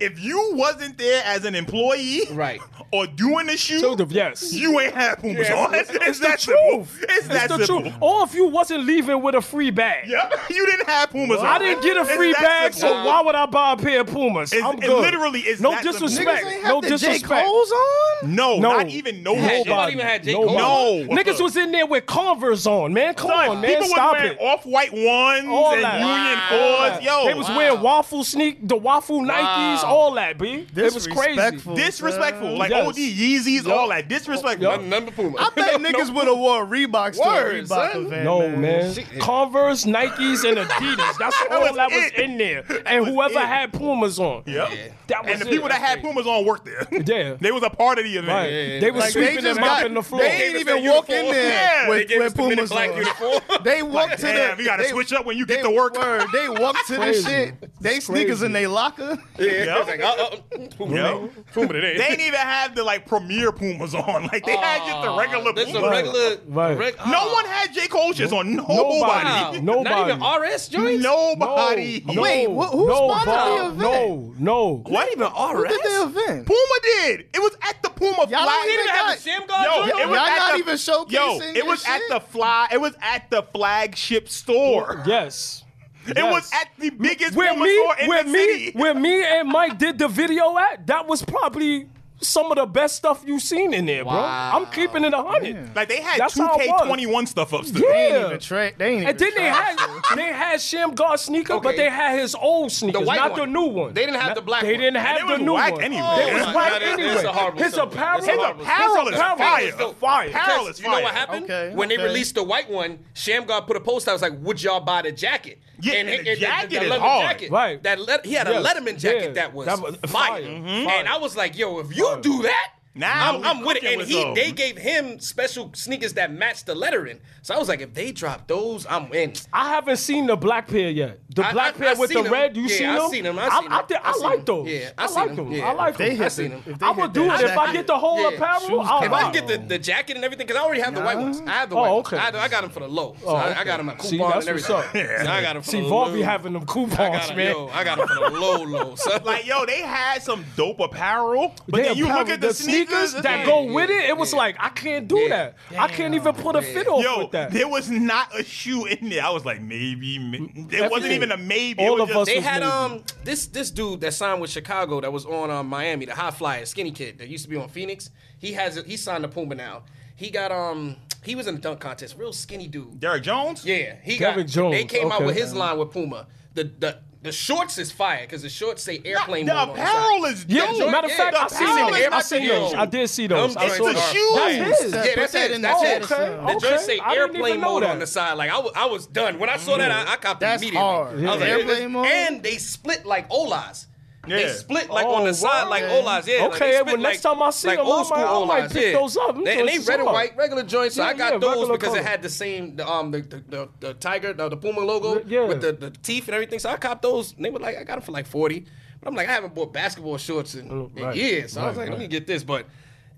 C: if you wasn't there as an employee,
D: Right.
C: or doing the shoe,
A: Dude, yes.
C: you ain't had Pumas
D: Yeah,
C: on. It's, it's that simple.
A: Truth.
C: It's that
A: the
C: simple.
A: truth. Or if you wasn't leaving with a free bag.
C: Yep, you didn't have Pumas on.
A: I didn't get a
C: It's
A: free
C: that
A: bag,
C: simple.
A: so why would I buy a pair of Pumas?
C: It's-
A: I'm
C: it
A: good.
C: literally is
A: no
C: that simple.
A: disrespect.
B: Niggas ain't
A: No
B: have the J.
A: disrespect.
B: Cole's on.
C: no,
A: No,
C: not even no
A: nobody.
C: shit.
D: Y'all even had J.
A: nobody.
C: Cole. No.
A: niggas was in there with Converse on, man. Come
C: Son,
A: on, man,
C: People
A: stop
C: was wearing
A: it.
C: off-white ones
A: All
C: and
A: that.
C: Union fours. Yo,
A: they was wearing waffle sneak, the waffle Nikes, all that, b. It was
B: Disrespectful.
A: crazy.
C: disrespectful. Like
A: Yes.
C: OD Yeezys, all that disrespectful.
D: None, none but Puma.
B: I bet niggas would have wore Reeboks
D: Word,
B: to a Reebok
D: son.
B: event.
A: No man, Converse, Nikes, and Adidas. That's all
C: was
A: that was
C: it.
A: in there, and whoever had Pumas on.
C: Yep.
A: That was
C: And the
A: it.
C: people that had Pumas on worked there.
A: Yeah.
C: They was a part of the event.
A: Right. They was
B: Like
A: sweeping
B: they
A: them
B: just
A: up
B: got.
A: in the floor.
B: They ain't even
D: uniform.
B: walk in there
C: Yeah,
B: with,
D: They gave us
B: with
D: the men in
B: Pumas
D: black
B: on.
D: uniform.
B: They walk to
C: Damn,
B: the.
C: you gotta
B: they,
C: switch up when you
B: They,
C: get to work.
B: word, they walk to the
A: Crazy.
B: shit. They sneakers in their locker.
D: Yeah, it's like, uh, uh, Puma,
C: Yo.
D: Puma today.
C: They didn't even have the like premier Pumas on. Like they had just the regular
D: There's
C: Pumas.
D: some regular.
A: Right.
D: reg-
C: no
D: oh,
C: one had J. Cole shits on.
A: Nobody.
C: Nobody.
A: Nobody.
D: Not even RS joints.
C: Nobody.
A: No,
B: Wait,
A: no,
B: wh- who
A: no,
B: sponsored the
A: Bob,
B: event?
A: No, no.
C: What? even
B: Who did the event?
C: Puma did. It was at the Puma
B: Y'all
C: fly.
B: don't even
D: They
B: got-
D: had the Sham guard
C: Yo,
D: joint
C: it
D: on?
C: was
B: Y'all
C: at
B: not
C: the-
B: even showcasing
C: Yo, it
B: your
C: was at
B: shit?
C: the fly. It was at the flagship store.
A: Yes.
C: It
A: Yes.
C: was at the biggest
A: where
C: Puma
A: me,
C: store in
A: where
C: the
A: me,
C: city.
A: where me and Mike did the video at. That was probably some of the best stuff you've seen in there,
D: Wow.
A: bro. I'm keeping it a hundred.
C: like they had
A: That's how it
C: 2K21 stuff upstairs.
A: Yeah.
B: They ain't even tra- They ain't
A: And
B: even
A: then they
B: tra-
A: had they had Shem God sneaker, but
D: Okay.
A: they had his old sneakers,
D: white
A: not
D: one.
A: the new one.
D: They didn't have the black
A: They
D: one.
A: didn't
C: And
A: have
C: it
A: the
C: was
A: new
C: whack
A: one.
C: anyway.
A: They was
D: Oh my
A: whack
D: God, it-
A: anyway.
D: it's a horrible
A: his
D: symbol.
A: apparel,
D: It's a horrible
A: apparel
C: symbol.
A: is
C: Apparel
A: fire.
C: is dope.
A: fire.
C: Apparel-
D: Because
C: is
D: you know what
C: fire.
D: happened
B: Okay,
D: when
B: okay.
D: they released the white one? Shamgar put a post out. It's like, "Would y'all buy the jacket?"
C: Yeah, and the jacket is
D: leather
C: hard.
A: Right.
D: That let, he had
A: Yes,
D: a Letterman jacket
A: yeah.
D: that was,
A: That was fire.
D: fire.
A: Mhm.
D: And I was like, "Yo, if you do that."
C: Mm-hmm. Now
D: I'm,
C: we
D: I'm with it,
C: cooking
D: and
C: with
D: he
C: some.
D: they gave him special sneakers that matched the lettering. So I was like, if they drop those, I'm in.
A: I haven't seen the black pair yet. The
D: I- I-
A: black pair
D: I
A: with the
D: seen 'em.
A: red, you
D: Yeah,
A: seen
D: I
A: them?
D: seen 'em, I
A: I,
D: seen
A: I,
D: 'em.
A: think-
D: I
A: I
D: seen
A: like
D: 'em.
A: those.
D: Yeah, I
A: I
D: seen
A: like
D: 'em.
A: them.
D: Yeah.
A: I like
D: They
A: them.
B: hit
A: I
B: the-
A: seen 'em.
B: if they
A: I
B: hit
A: would
B: that
A: do it if I
B: jacket,
A: get the whole
D: yeah.
A: apparel.
B: Shoes
A: I'll
D: If
B: come
A: buy
D: I
B: out.
D: can get the, the jacket and everything, because I already have the white ones. I have the
A: Oh,
D: white ones.
A: okay.
D: I, had- I got them for the low. So
A: Oh,
D: I,
A: okay.
D: I got them at coupon
A: See, that's
D: and
A: what's
D: everything. So I got them for
A: See,
D: the
A: Vaughn
D: low.
A: be having them coupons,
D: I got 'em,
A: man.
D: Yo, I got them for the low, low. So
C: Like yo, they had some dope apparel, but
A: They
C: then you
A: apparel-
C: look at the, sneakers,
A: that
C: it's
A: go
C: like,
A: with it. It was
D: yeah.
A: like I can't do
D: Yeah.
A: that. I can't even put a fit off
C: Yo,
A: with that.
C: there was not a shoe in there. I was like, maybe, maybe. it wasn't
A: Everything.
C: even a maybe.
A: All
C: it was
A: of
C: just-
A: us
D: They
A: was
D: had
A: maybe.
D: um this this dude that signed with Chicago that was on um, Miami, the high flyer skinny kid that used to be on Phoenix. He has he signed the Puma now. He got um he was in the dunk contest, real skinny dude.
C: Derrick Jones.
D: Yeah, he
A: Derrick
D: got.
A: Jones,
D: They came out
A: okay.
D: with his line with Puma. The the the shorts is fire because the shorts say airplane.
C: The
D: mode on
C: apparel
D: side.
C: is
A: Yo,
C: dope.
D: joint-
A: matter of
D: yeah,
A: fact,
D: the
A: I seen
D: apparel
A: them.
D: is
A: I
D: not
A: seen
D: the
A: those.
D: shoe.
C: Oh,
A: I did see those.
D: Them
A: I
D: joints
A: saw
D: are-
A: them.
C: shoe.
A: That's
B: Put
A: his.
B: that
D: Yeah, that's
B: in-
D: it. That's it.
A: okay, okay.
D: The joint say
A: I didn't even
D: airplane
A: know
D: mode
A: that.
D: on the side. Like I wa- I was done when I saw that. I, I copped
B: That's
D: immediately.
B: hard.
D: I was
B: Yeah.
D: like,
B: Airplane mode?
D: And they split like Olas. They
C: Yeah.
D: split like
A: Oh,
D: on the side,
A: wow.
D: like Olas. Yeah. like,
A: Okay,
D: they split
A: well, next time I see them, I might- I might pick those up. Them
D: They, and they
A: joints
D: red
A: are.
D: and white regular joints. So
A: Yeah,
D: I got
A: yeah,
D: those
A: regular
D: because
A: color.
D: it had the same the, um the the, the, the tiger the, the Puma logo
A: Yeah.
D: with the, the teeth and everything. So I copped those. And they were like, I got them for like forty. But I'm like, I haven't bought basketball shorts in,
A: Mm,
D: in
A: right.
D: years. So I was
A: Right,
D: like, let me
A: right.
D: get this. But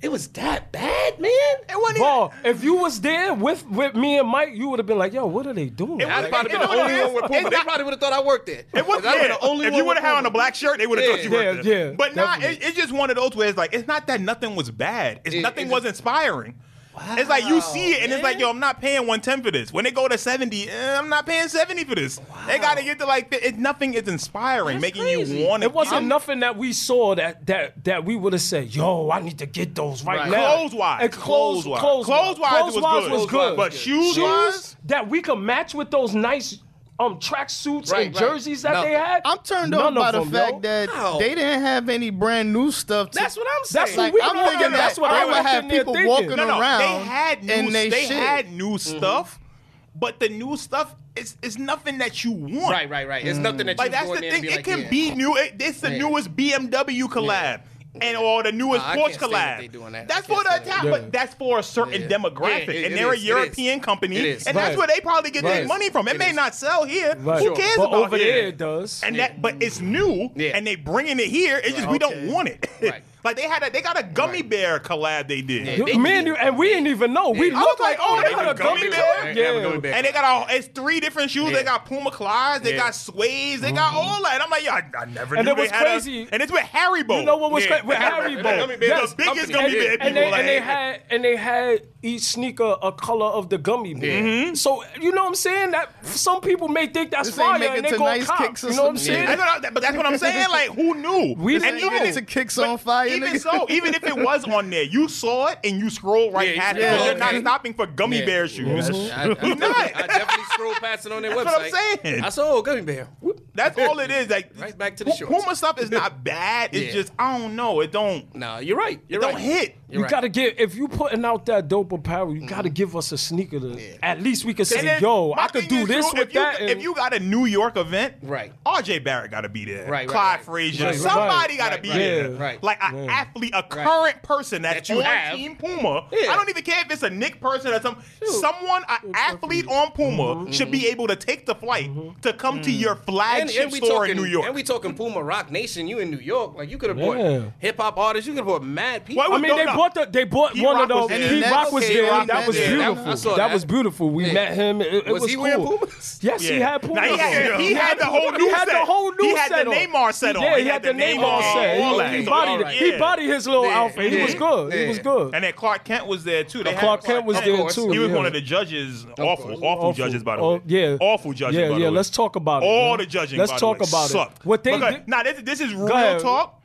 D: it was that bad, man. It wasn't even-
A: Ball, if you was there with with me and Mike, you would have been like, yo, what are they doing?
C: It
D: I'd
C: was-
D: probably been
C: you
D: the
C: know what
D: only
C: it
D: one
C: is?
D: with Puma.
C: It-
D: They probably would have thought I worked there.
C: It was,
D: I'd have been
C: yeah.
D: the only
C: if
D: one
C: you would have
D: with
C: had on
D: Puma.
C: a black shirt, they would have
D: Yeah.
C: thought you were
A: Yeah,
C: there.
A: yeah,
C: but nah, it,
A: definitely.
C: it's just one of those where it's like it's not that nothing was bad. It's
D: It-
C: nothing
D: it
C: was
D: just-
C: inspiring. it's like you see it, and it's like,
D: man.
C: yo, I'm not paying 110 for this. When they go to 70, eh, I'm not paying 70 for this. They gotta get to like, it, nothing is inspiring, making
D: crazy.
C: you want
A: It wasn't nothing that we saw that that that we would have said, "Yo, I need to get those right,
D: Right.
A: now."
C: Clothes wise.
A: And clothes,
C: Clothes wise.
A: clothes,
C: Clothes wise
A: clothes
C: was good.
A: was good.
C: But shoes wise?
A: that we could match with those nice um track suits
D: Right,
A: and
D: right.
A: jerseys that
D: No.
A: they had.
B: I'm turned
A: None
B: on by
A: of
B: the
A: them,
B: fact
A: yo.
B: that
D: How?
B: they didn't have any brand new stuff. To,
D: That's what I'm saying.
A: That's what we
B: I'm
A: were
B: thinking
A: thinking.
B: that
A: That's what
B: they
A: I
B: would
A: was
B: have
A: sitting there
B: people
A: thinking.
B: walking
C: no, no,
B: around
C: They had new,
B: and they shit.
C: had new
D: Mm-hmm.
C: stuff, but the new stuff is is nothing that you want.
D: Right, right, right. It's nothing that you
C: Like that's
D: go
C: the
D: in there and
C: thing.
D: be
C: It
D: like,
C: can
D: yeah.
C: be new. It, it's the
D: Yeah.
C: newest BMW collab. And or the newest
D: Nah, I
C: Porsche
D: can't stand that
C: collab.
D: they doing that. I
C: That's
D: can't
C: for the
D: stand that.
C: Italian,
A: Yeah.
C: but that's for a certain
D: Yeah.
C: demographic,
D: Yeah, it-
C: and
D: it
C: they're
D: is,
C: a
D: it
C: European
D: is.
C: company,
D: It
C: and
D: is.
A: Right.
C: that's where they probably get
A: Right.
C: their money from. It,
D: It
C: may
D: is.
C: not sell here.
A: Right.
C: Who
A: Sure.
C: cares
A: But
C: about
A: over
C: here?
A: there it does.
C: And that, but it's new,
D: Yeah.
C: and they bringing it here. It's just
B: Okay.
C: we don't want it.
D: Right.
C: like they had, a, they got a gummy
D: Right.
C: bear collab they did.
D: Yeah.
A: You-
D: They-
A: me and you, and we didn't even know. We
D: Yeah.
C: I
A: looked
C: was like, oh,
A: they
C: they
A: had
C: got
A: a
C: a gummy
A: gummy
C: bear?
A: bear.
D: They have a gummy
A: Yeah.
D: bear.
C: And they got all it's three different shoes.
D: Yeah.
C: They got Puma Clydes, they
D: Yeah.
C: got suades, they got all that. And I'm like, yo, I, I never
A: And
C: knew
A: it
C: they
A: was
C: had a-
A: crazy.
C: and it's with Haribo.
A: You know what was
C: Yeah.
A: crazy with Harry
D: Haribo.
A: Bowl?
D: Gummy bears.
A: Yes.
C: The biggest
D: Company.
C: gummy
D: Yeah.
C: bear
D: And
C: people
A: and they,
C: like,
A: and they had and they had each sneaker a color of the gummy bear.
D: Yeah.
A: So you know what I'm saying? That some people may think that's
B: This ain't
A: fire
B: making
A: and they
B: to
A: go
B: nice
A: cop.
B: kicks or
A: you know what I'm
B: something.
A: saying?
C: That's what I- but that's what I'm saying. Like, who knew?
A: We
C: and
A: didn't
C: even,
A: know.
B: It's a kicks on fire.
C: even
B: nigga.
C: so, even if it was on there, you saw it and you scroll right
D: Yeah,
C: past
D: yeah,
C: it. 'cause You're
D: yeah.
C: not stopping for gummy
D: Yeah.
C: bear shoes.
B: Mhm.
D: I, I, definitely, I definitely scrolled past it on their website.
C: That's what I'm saying.
D: I saw a gummy bear. Whoop.
C: That's all it is. Like
D: Right back to the
C: Pu-
D: shorts.
C: Puma stuff is not bad. It's
D: Yeah.
C: just I don't know. It don't.
D: Nah, you're right. You're
C: Don't
D: right.
C: hit.
D: You're
A: You
D: right.
A: gotta give if you putting out that dope apparel, you gotta give us a sneaker. To, At least we could say,
C: And then
A: "Yo,
C: my
A: I could
C: thing
A: do
C: is,
A: this
C: too,
A: with
C: if you,
A: that." and-
C: If you got a New York event,
D: Right.
C: R.J. Barrett got to be there.
D: Right, right,
C: Clyde
D: right.
C: Frazier.
A: Right, right,
C: somebody
A: right,
C: got to
D: right,
C: be
D: right,
A: yeah,
C: there.
D: right.
C: Like an athlete, a current person that's
D: That you
C: on
D: have.
C: Team Puma.
D: Yeah.
C: I don't even care if it's a Nick person or some someone, an athlete on Puma should be able to take the flight to come to your
D: Mm-hmm. Mm. And,
C: flagship
D: and we
C: store
D: talking
C: in New York.
D: And we talking Puma Rock Nation. You in New York? Like you could have
A: Yeah.
D: bought hip hop artists. You could have bought mad people.
C: Why
A: I
C: would-
A: mean,
C: no,
A: they
C: no.
A: bought the, they bought
C: Key
A: one
C: Rock
A: of those.
C: was there.
A: He
B: And
A: Rock
B: that's
A: was
B: okay,
A: there.
B: Rock
A: that
B: was
A: was
B: there.
A: beautiful.
D: I
A: That,
D: saw that.
A: was beautiful. We
D: Yeah.
A: met him. It, it
D: Was
A: was,
D: he
A: cool.
D: wearing Pumas?
A: Yes, he
C: Yeah.
A: had Pumas.
C: Now, he had-
A: on.
C: he had the whole
A: He
C: new
A: had the
C: set.
A: whole new
C: He had the
A: set on.
C: Neymar set on.
A: Yeah,
C: He
A: he had
C: had
A: the
C: the Neymar
A: Neymar set.
C: all
A: He-
C: that.
A: He bodied
D: All
A: it. He
C: right.
A: bodied his little
D: Yeah.
A: outfit. He was
D: Yeah.
A: good. He
D: Yeah.
A: was good.
C: and then Clark Kent was there too. They had
A: Uh, Clark Kent was
D: Of
A: there
D: course.
A: too.
C: He was
A: yeah.
C: one of the judges. Awful, awful, judges, by the way.
A: Oh, yeah.
C: awful judges.
A: Yeah,
C: by the
A: yeah.
C: way.
A: Let's talk about it.
C: All
A: man.
C: the judging.
A: Let's
C: by the
A: talk
C: way,
A: about
C: sucked.
A: it. What they
C: Because-
A: did-
C: Nah, this, this is real
A: ahead.
C: talk.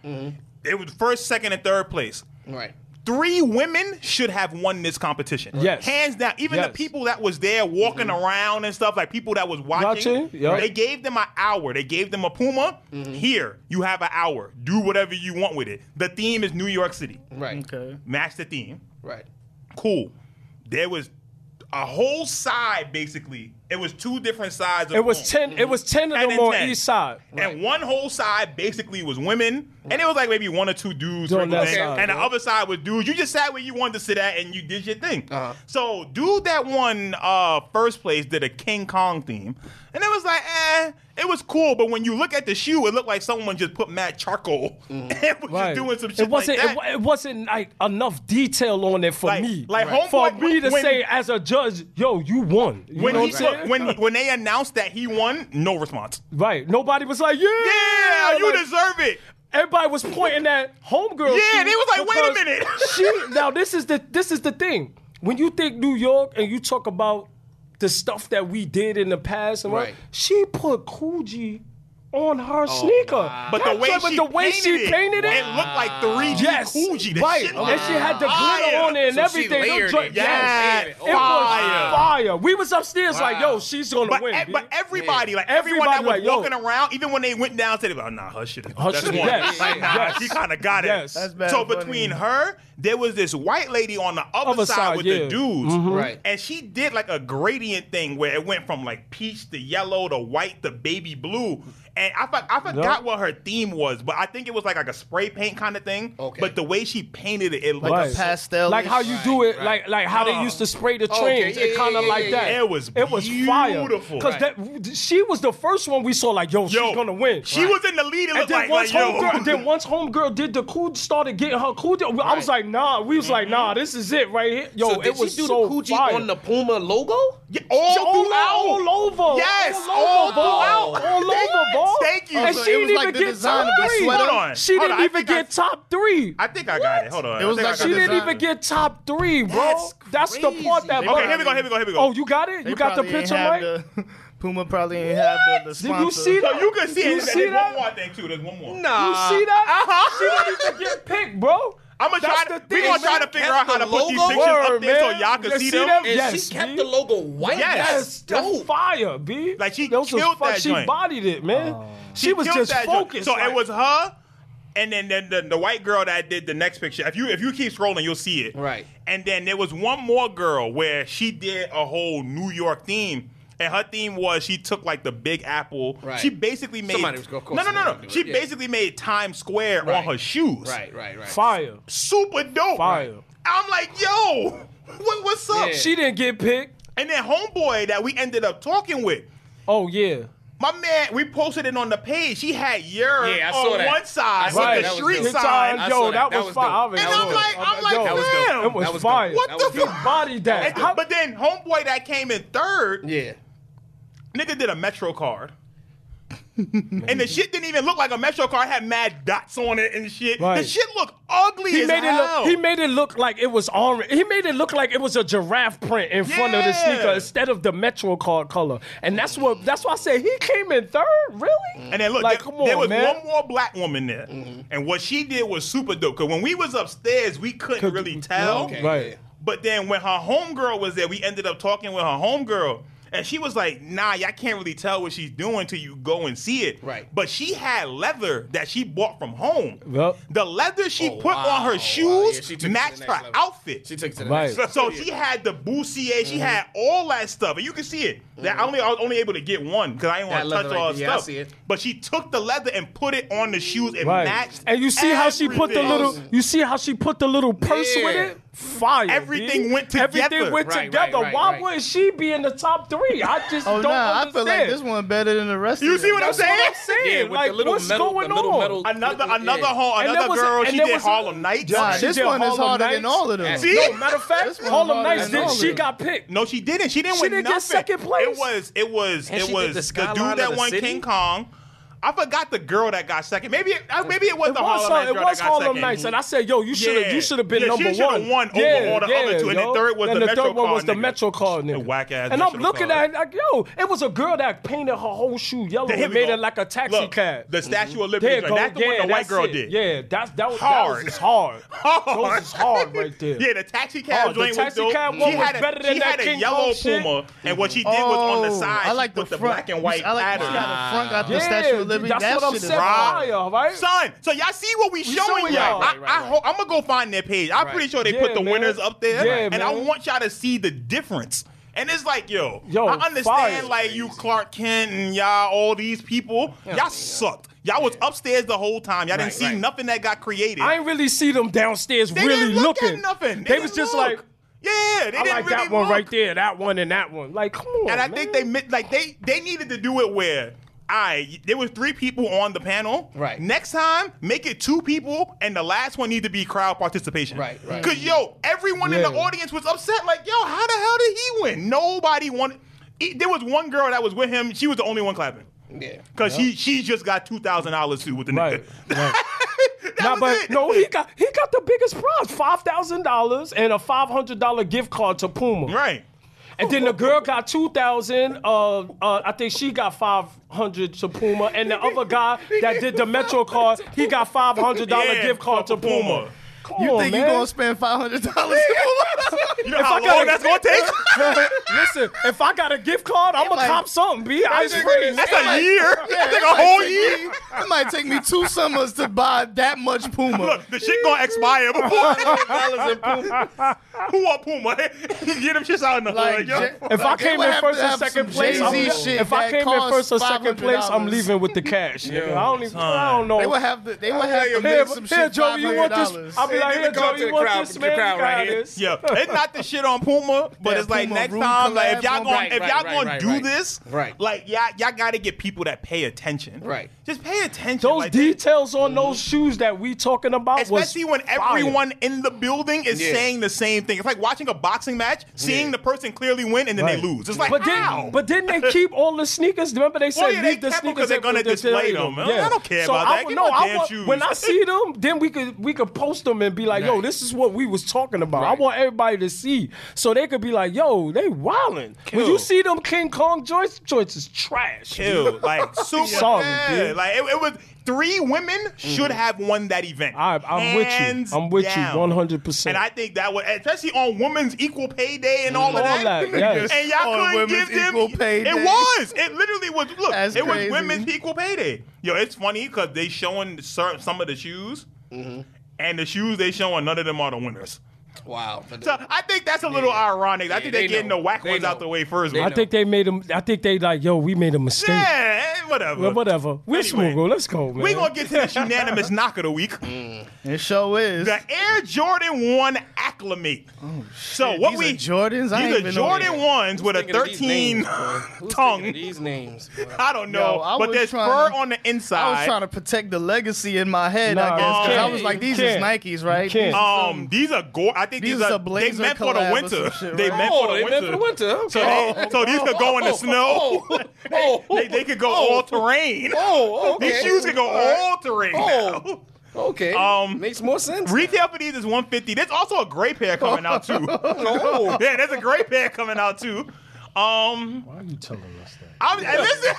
C: It was first, second, and third place.
D: Right.
C: Three women should have won this competition.
A: Yes.
C: hands down. Even
A: Yes.
C: the people that was there walking around and stuff, like people that was Mm-hmm. watching, Mm-hmm.
A: Watching, yeah.
C: they gave them an hour. They gave them a Puma. Here, you have an hour. Do whatever you want with it. The theme is New York City.
D: Right.
B: okay.
C: Match the theme
D: Right.
C: cool. There was a whole side basically. It was two different sides. Of
A: It was
C: Rome.
A: ten. It was ten of
C: And
A: them
C: then
A: on
C: 10.
A: each side.
C: And one whole side basically was women, and it was like maybe one or two dudes,
A: On that
C: sprinkling in,
A: side,
C: and the
A: yeah.
C: other side was dudes. You just sat where you wanted to sit at, and you did your thing.
D: Uh-huh.
C: So, dude, that won uh, first place did a King Kong theme, and it was like, eh, it was cool. But when you look at the shoe, it looked like someone just put matte charcoal and was
A: Right.
C: just doing some shit
A: it wasn't.
C: like that.
A: it wa- it, wasn't like enough detail on it for
C: Like-
A: me.
C: like homeboy-
A: for me to
C: when-
A: say as a judge, yo, you won. You
C: when
A: know
C: he
A: what I'm saying?
C: look, when when they announced that he won, no response.
A: right, nobody was like, yeah,
C: Yeah, you
A: like,
C: deserve it.
A: Everybody was pointing at homegirl.
C: Yeah,
A: shoes
C: they was like, wait a
A: because
C: minute.
A: she now this is the this is the thing. When you think New York and you talk about the stuff that we did in the past, and what-
D: Right.
A: she put Coogee on her sneaker.
D: wow.
C: Oh, But the
A: That
C: way,
A: joint-
C: she,
A: the way
C: painted
A: she
C: it,
A: painted it,
C: it looked like 3D
A: Yes,
C: Coogee. The
A: right.
C: shit
A: And
C: looked
A: she had the glitter
C: fire.
A: on it and
D: So she
A: everything. Them
D: layered
A: joint-
D: it.
A: Yes,
C: Yes,
A: it was
C: fire.
A: fire. We was upstairs like,
D: Wow.
A: yo, she's gonna
C: But,
A: win.
C: e- but
A: B.
C: everybody, like everyone that was
A: Everybody, like, yo.
C: walking around, even when they went down, said, "Oh, nah, her shit is
A: Her
C: that's
A: shit-
C: one."
A: yes,
C: Like, nah,
A: yes.
C: she kind of got
A: Yes.
C: it.
A: That's
B: bad
C: so
B: funny.
C: between her, there was this white lady on the other,
A: Other
C: side,
A: side,
C: with
A: yeah. Mm-hmm.
C: the dudes,
D: Right.
C: and she did like a gradient thing where it went from like peach to yellow to white to baby blue, and I, for- I forgot what her theme was, but I think it was like like a spray paint kind of thing.
D: Okay.
C: But the way she painted it, it looked
B: Like a
A: Right.
B: pastel.
A: like how you do it,
D: right.
A: like like how they
C: Oh.
A: used to spray the
D: Uh-huh. Okay,
A: trains,
D: yeah,
A: it kind
D: yeah,
A: of
D: yeah,
A: like
D: yeah,
A: that.
C: yeah. It was
A: it was fire
C: beautiful.
A: because that she was the first one we saw like yo,
C: yo,
A: she's gonna win.
C: She was in the lead. It
A: And
C: looked
A: then
C: like,
A: once
C: like yo,
A: homegirl, then once homegirl did the coup, started getting her coup. deal, I was like, nah. We was like, nah,
C: Mm-hmm.
A: this is it right here. Yo,
D: so did
A: it was
D: she do
A: so
D: the coochie
A: fire.
D: on the Puma logo?
C: Yeah, all
A: Yo, all,
C: throughout.
A: all over.
C: Yes,
A: all over,
C: all
A: ball.
C: throughout.
A: All
C: Thank-
A: over, ball.
C: thank you.
A: And
C: So
A: she
C: it
A: didn't
B: was
A: even
B: like the
A: get top
B: design of the
A: three.
B: sweater.
C: Hold on.
A: She
C: Hold
A: didn't
C: on, I
A: even
C: think I-
A: get top three.
C: I think I got it. Hold on.
B: It
C: I
B: was
C: think I
B: like
C: got
B: a
A: she
C: it.
A: didn't
B: design.
A: even get top three, bro.
C: That's
A: the part that.
B: crazy.
C: Okay, here we go. Here we go. Here we go.
A: Oh, you got it. you got the picture, Mike.
B: Mike. Puma probably ain't have the, the
A: Did
B: sponsor.
A: you see
C: So
A: that?
C: you can see
A: You
C: it.
A: see
C: There's
A: that?
C: one more thing too. There's one more.
A: You
D: Nah.
A: see that? She didn't even get picked, bro.
C: uh, Uh-huh. I'm gonna
A: That's
C: try. To,
A: the
C: we
A: thing.
C: gonna try
A: She
C: to figure
D: kept
C: out how
D: the
C: to put these
D: logo.
C: pictures up
A: Word,
C: there so
A: man.
C: y'all can
A: You
C: see
A: see
C: them.
A: them?
D: And
A: Yes,
D: she kept
A: B.
D: the logo white.
C: Yes.
D: That's
A: That's
D: dope.
A: fire, b.
C: Like, she
A: Those was
C: killed
A: fire.
C: that
A: She
C: joint. Oh.
A: bodied it, man. she was
C: killed
A: just
C: that joint.
A: focused.
C: So
A: like-
C: it was her, and then, then the, the white girl that did the next picture. If you if you keep scrolling, you'll see it.
D: Right.
C: And then there was one more girl where she did a whole New York theme. And her theme was she took like the Big Apple.
D: Right.
C: She basically made
D: Somebody was- of course
C: no no no
D: somebody
C: no.
D: would do
C: She
D: it, yeah.
C: basically made Times Square
D: Right.
C: on her shoes.
D: Right, right, right.
A: fire.
C: Super dope.
A: Fire.
C: I'm like yo, what, what's up?
D: Yeah.
A: She didn't get picked.
C: And then homeboy that we ended up talking with.
A: Oh yeah.
C: My man, we posted it on the page. She had your
D: Yeah, I
C: on
D: saw that.
C: one side
D: I
C: with
D: saw that.
C: the
D: That was
C: street
D: dope.
C: sign.
D: I
A: yo,
D: saw
A: that,
D: that.
A: was
D: That was
A: fire. I
D: dope.
A: mean,
C: And
A: that
C: I'm
A: was-
C: like, I'm like,
A: yo,
D: That was
C: damn.
D: dope.
A: it was,
D: That was dope.
A: fire.
C: What
D: That
C: the
D: was
C: fuck?
D: dope.
A: Bodied that.
C: And th-
A: How-
C: but then homeboy that came in third,
D: Yeah.
C: nigga did a Metro card. and the shit didn't even look like a Metro card. It had mad dots on it and shit. The
A: Right.
C: shit looked ugly
A: he
C: as
A: made it
C: hell.
A: look. He made it look like it was orange. He made it look like it was a giraffe print in front of the
C: Yeah.
A: sneaker instead of the Metro card color. And that's what. That's why I said he came in third. Really?
C: and then look,
A: like
C: there,
A: come on,
C: there was
A: man.
C: one more black woman there,
D: Mm-hmm.
C: and what she did was super dope. Cause when we was upstairs, we couldn't really tell.
D: Okay,
A: Right.
D: yeah.
C: But then when her homegirl was there, we ended up talking with her homegirl. And she was like, nah, y'all can't really tell what she's doing till you go and see it.
D: Right.
C: But she had leather that she bought from home.
A: Yep.
C: The leather she
D: Oh,
C: put on
D: wow.
C: her
D: Yeah,
C: shoes
D: she took it to the
C: matched her
D: next level.
C: outfit.
D: She took it to the
A: Right.
D: next
C: so
D: level.
C: she had the bustier,
A: Mm-hmm.
C: she had all that stuff. And you can see it. That I only I was only able to get one because I didn't want
D: That
C: to touch
D: leather
C: all
D: right
C: the
D: there. Yeah, I
C: stuff.
D: see it.
C: But she took the leather and put it on the shoes and
A: Right.
C: matched.
A: And you see how she put the
C: everything.
A: little. You see how she put the little purse
D: Yeah.
A: with it. Fire.
C: Everything
A: B.
C: went together.
A: Everything went
D: Right,
A: together.
D: right, right,
A: Why
D: right.
A: wouldn't she be in the top three? I just
B: Oh
A: don't
B: no, I
A: understand.
B: feel like this one better than the rest.
C: You
B: of
C: see
B: them.
C: what I'm
A: That's what
C: saying?
A: I'm saying.
D: Yeah, with
A: like,
D: the little
A: what's
D: metal-
A: going
D: the little
A: on?
D: metal-
C: Another
D: Yeah.
C: another home,
A: And
C: another
A: there was a-
C: girl.
A: and
C: she
A: there
C: did
A: was a-
C: Harlem Nights.
B: Nah,
A: She
B: this
A: did
B: one is
A: Harlem
B: harder
A: Nights.
B: than all of them.
D: See?
A: No, matter of
B: This
A: fact,
B: one
A: Harlem
B: harder
A: Nights
B: than
A: did.
B: all of
A: She
B: them.
A: got picked.
C: No, she didn't. She didn't
A: She
C: win
A: didn't get
C: nothing.
A: second place?
C: It was it was
D: And
C: it
D: she
C: was
D: did the
C: the,
D: skyline
C: dude
D: of
C: that
D: the
C: won
D: city?
C: King Kong. I forgot the girl that got second. Maybe it, uh, maybe it was
A: It
C: the
A: was,
C: Harlem Nights
A: her- it
C: girl
A: was
C: that got
A: Harlem
C: second.
A: Nights, and I said, "Yo, you should have,
C: Yeah.
A: you should have been
C: Yeah, she
A: number
C: shoulda
A: one."
C: won over all the other two, and the
A: yo.
C: third was
A: and
C: the
A: the third
C: Metro
A: one was
C: Card
A: the
C: nigga.
A: Metro Card
C: The
A: nigga.
C: whack-ass
A: And I'm
C: Metro
A: looking
C: Card.
A: at it like, yo, it was a girl that painted her whole shoe yellow
C: Here
A: and
C: we
A: made
C: go.
A: it like a taxi
C: Look,
A: cab.
C: The Statue of
A: There
C: Liberty.
A: you
C: joint.
A: go.
C: That's the
A: yeah,
C: one the white
A: that's
C: girl
A: it.
C: did.
A: Yeah, that's that was
C: Hard.
A: That was hard.
C: Hard.
A: Those is hard right there.
C: Yeah, the taxi
A: Hard.
C: cab
A: Oh, The
C: joint was
A: taxi
C: dope.
A: cab
C: she
A: one was
C: had a,
A: better than
C: she
A: that
C: had a
A: King
C: yellow
A: Kong shit.
C: Puma, and what she did was on the
B: Oh,
C: side.
B: I like
C: she put the,
B: front.
C: black and white
B: I like
C: pattern.
B: this guy. The front got the
A: Yeah,
B: Statue of Liberty.
A: That's
B: that
A: what I'm
B: shit is
A: saying.
B: hard.
A: Fire, right?
C: Son, so y'all see what we showing,
A: showing
C: y'all.
A: y'all.
C: I,
D: Right, right,
C: I
D: right.
C: hope I'm gonna go find their page. I'm
D: Right.
C: pretty sure they
A: Yeah,
C: put the
A: man.
C: winners up there,
A: Yeah,
C: and I
A: man.
C: want y'all to see the difference. And it's like, yo,
A: Yo,
C: I understand
A: fire.
C: like you Clark Kent and y'all, all these people, y'all sucked. Y'all was upstairs the whole time. Y'all all did not
D: Right,
C: see
D: right.
C: nothing that got created.
A: I ain't really see them downstairs
C: they
A: really
C: didn't look
A: looking.
C: at nothing.
A: They,
C: didn't
A: was just
C: look.
A: like,
C: yeah, they
A: I
C: didn't
A: like
C: really
A: that one
C: look.
A: right there, that one and that one. Like, come on.
C: And I think they
A: Oh, man.
C: mi- like they they needed to do it where I there was three people on the panel.
D: Right.
C: Next time, make it two people, and the last one need to be crowd participation.
D: Right, right.
C: Cause yo, everyone in the
A: Yeah.
C: audience was upset. Like yo, how the hell did he win? Nobody won. e- There was one girl that was with him. She was the only one clapping.
D: Yeah.
C: Cause she she just got two thousand dollars too with the
A: Right.
C: nigga.
A: right.
C: That
A: Nah,
C: was
A: but
C: it.
A: no, he got he got the biggest prize, five thousand dollars and a five hundred dollar gift card to Puma.
C: Right.
A: And then the girl got two thousand. Uh, uh, I think she got five hundred to Puma, and the other guy that did the Metro card, he got five hundred dollar
C: Yeah,
A: gift card to
C: for
A: Puma.
C: Puma.
A: Come
B: You
A: on,
B: think
A: man.
B: you gonna spend five hundred dollars?
C: You know how long that's gonna take?
A: Listen, if I got a gift card, I'm gonna
B: like-
A: cop something, B. I
B: nigga
A: free.
B: is-
C: That's a year. That's like a whole year.
B: It might take me two summers to buy that much Puma.
C: Look, the shit gonna expire before.
D: dollars in Puma.
C: Who want Puma? Get them shits out in the hood, yo.
B: J-
A: If I
B: like,
A: came
B: they
A: in
B: would
A: first
B: have
A: or
B: to have
A: second
B: some
A: place, I'm,
B: Jay-Z shit
A: if I
B: that
A: came in
B: costs
A: first or second place, I'm
B: $500.
A: leaving with the cash. nigga. I don't even. I don't know.
B: They would have to. They would have to
A: Here,
B: make some
A: here,
B: shit
A: Joe,
B: five
A: you
B: hundred
A: want this?
B: dollars.
A: I'll be like,
D: Hey,
A: here,
D: nigga, go
A: Joe,
D: to the
A: you want
D: crowd,
A: this,
D: the
A: man? You
D: crowd right
A: got
D: here.
A: this.
C: Yeah, it's not the shit on Puma, but
B: Yeah,
C: it's like
B: Puma,
C: next
B: Room
C: time, like if
B: collab,
C: y'all
B: Puma-
C: gonna
D: Right,
C: if
D: right,
C: y'all
D: right,
C: gonna
D: right,
C: do
D: right.
C: this,
D: Right.
C: Like y'all y'all gotta get people that pay attention,
D: Right.
C: Just pay attention.
A: Those
C: like, they-
A: details on those shoes that we talking about
C: Especially
A: was
C: when everyone in the building is
D: Yeah.
C: saying the same thing. It's like watching a boxing match, seeing
D: Yeah.
C: the person clearly win and then
A: Right.
C: they lose. It's like,
A: But
C: how?
A: then, but then they keep all the sneakers. Remember they said
C: yeah, they
A: leave the
C: kept 'em
A: sneakers
C: 'cause they're
A: in
C: gonna
A: with the
C: display
A: tail.
C: them, man. I don't care
A: so
C: about
A: I,
C: that.
A: would-
C: Give
A: No,
C: my
A: I
C: damn
A: want,
C: shoes.
A: when I see them, then we could we could post them and be like, yo,
D: Right.
A: this is what we was talking about.
D: Right.
A: I want everybody to see, so they could be like, yo, they wildin'. When you
C: Kill.
A: see them King Kong joints, joints is trash.
C: Ew, like super
A: Sorry,
C: bad.
A: dude.
C: Like it, it was three women
D: Mm-hmm.
C: should have won that event.
A: I, I'm with
C: Hands
A: you. I'm with
C: down.
A: you 100. percent
C: And I think that would, especially on women's equal pay day and all, of
A: All
C: that.
A: that, yes.
C: And y'all
B: On
C: couldn't
B: women's
C: give them.
B: equal pay
C: It
B: day.
C: was. It literally was. Look,
B: That's
C: it
B: crazy.
C: was women's equal pay day. Yo, it's funny because they showing cer- some of the shoes,
B: Mm-hmm.
C: and the shoes they showing none of them are the winners.
D: Wow. But
C: So I think that's a little ironic. I
D: Yeah,
C: think they're
D: they
C: getting
D: know.
C: the whack
D: They
C: ones
D: know.
C: out the way first.
D: They
A: I
C: man.
D: know.
A: think they made them. I think they like, yo, we made a mistake.
C: Yeah, eh, whatever.
A: Well, whatever. We're
C: Anyway.
A: smooth. Let's go, man.
C: We gonna get to this unanimous knock of the week.
B: Mm. It sure is.
C: The Air Jordan One acclimate. so what
B: These
C: we
B: are Jordans? I ain't
C: These are
B: even know
C: Jordan
B: that.
C: ones with a
D: thinking of these
C: thirteen
D: names, boy? Who's thinking of
C: tongue.
D: These names. boy?
C: I don't know,
B: Yo, I
C: but
B: was
C: there's
B: trying
C: fur
B: to-
C: on the
B: I was
C: inside.
B: trying to protect the legacy in my head,
A: Nah,
B: I guess. 'cause
C: you
B: I
C: can't.
B: was like,
A: You
B: these is
A: can't.
B: Nikes, right?
A: You can't.
C: um, these are gore. I think
B: These
C: these,
B: is
C: are
B: a
C: they
B: blazer
C: meant for the
B: collab or
C: winter.
B: some shit,
C: they
B: right?
C: meant
D: Oh,
C: for the
D: they
C: winter.
D: meant for the winter.
C: So,
D: Okay.
C: they, so these could go in the snow.
D: Oh, oh,
C: they, they could go
D: oh,
C: all terrain.
D: Oh, okay.
C: These shoes could go all terrain.
D: Oh.
C: now.
D: Okay.
C: Um,
D: Makes more sense.
C: Retail for these is 150. There's also a gray pair coming out too.
D: No.
C: yeah, there's a gray pair coming out too. Um,
A: Why are you telling us that?
C: I'm, and listen,